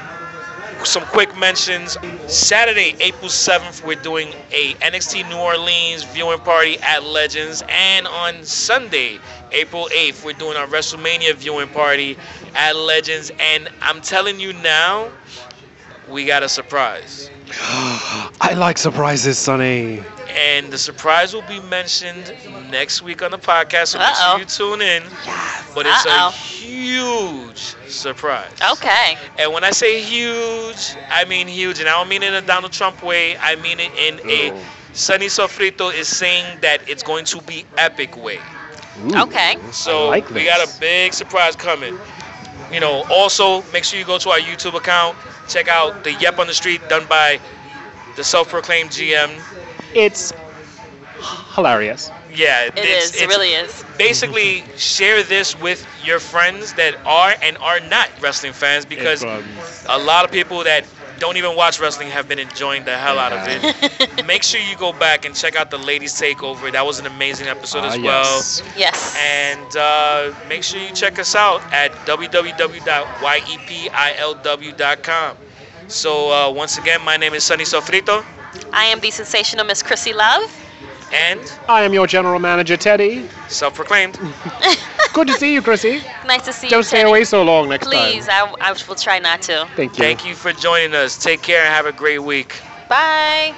A: some quick mentions. Saturday, April 7th, we're doing a NXT New Orleans viewing party at Legends. And on Sunday, April 8th, we're doing our WrestleMania viewing party at Legends. And I'm telling you now, we got a surprise.
C: I like surprises, Sonny.
A: And the surprise will be mentioned next week on the podcast, so
B: Uh-oh.
A: make sure you tune in. But it's
B: Uh-oh.
A: a huge surprise.
B: Okay.
A: And when I say huge, I mean huge. And I don't mean it in a Donald Trump way, I mean it in
C: Ooh.
A: a Sunny Sofrito is saying that it's going to be epic way.
B: Okay.
A: So
C: I like
A: we got
C: this.
A: a big surprise coming. You know, also make sure you go to our YouTube account, check out the Yep on the Street done by the self proclaimed GM.
C: It's hilarious.
A: Yeah,
B: It is. It really is.
A: basically share this with your friends that are and are not wrestling fans because a lot of people that don't even watch wrestling have been enjoying the hell out of it. Make sure you go back and check out the ladies takeover. That was an amazing episode as well.
B: Yes.
A: And uh, make sure you check us out at e www.yepilw.com. So uh, once again, my name is Sunny Sofrito,
B: I am the sensational Miss Chrissy Love.
A: and
C: I am your general manager, Teddy.
A: self-proclaimed.
C: Good to see you, Chrissy.
B: Nice to see you.
C: Don't stay
B: Teddy.
C: away so long next
B: Please,
C: time.
B: I, I will try not to.
C: Thank you.
A: Thank you for joining us. Take care and have a great week.
B: Bye.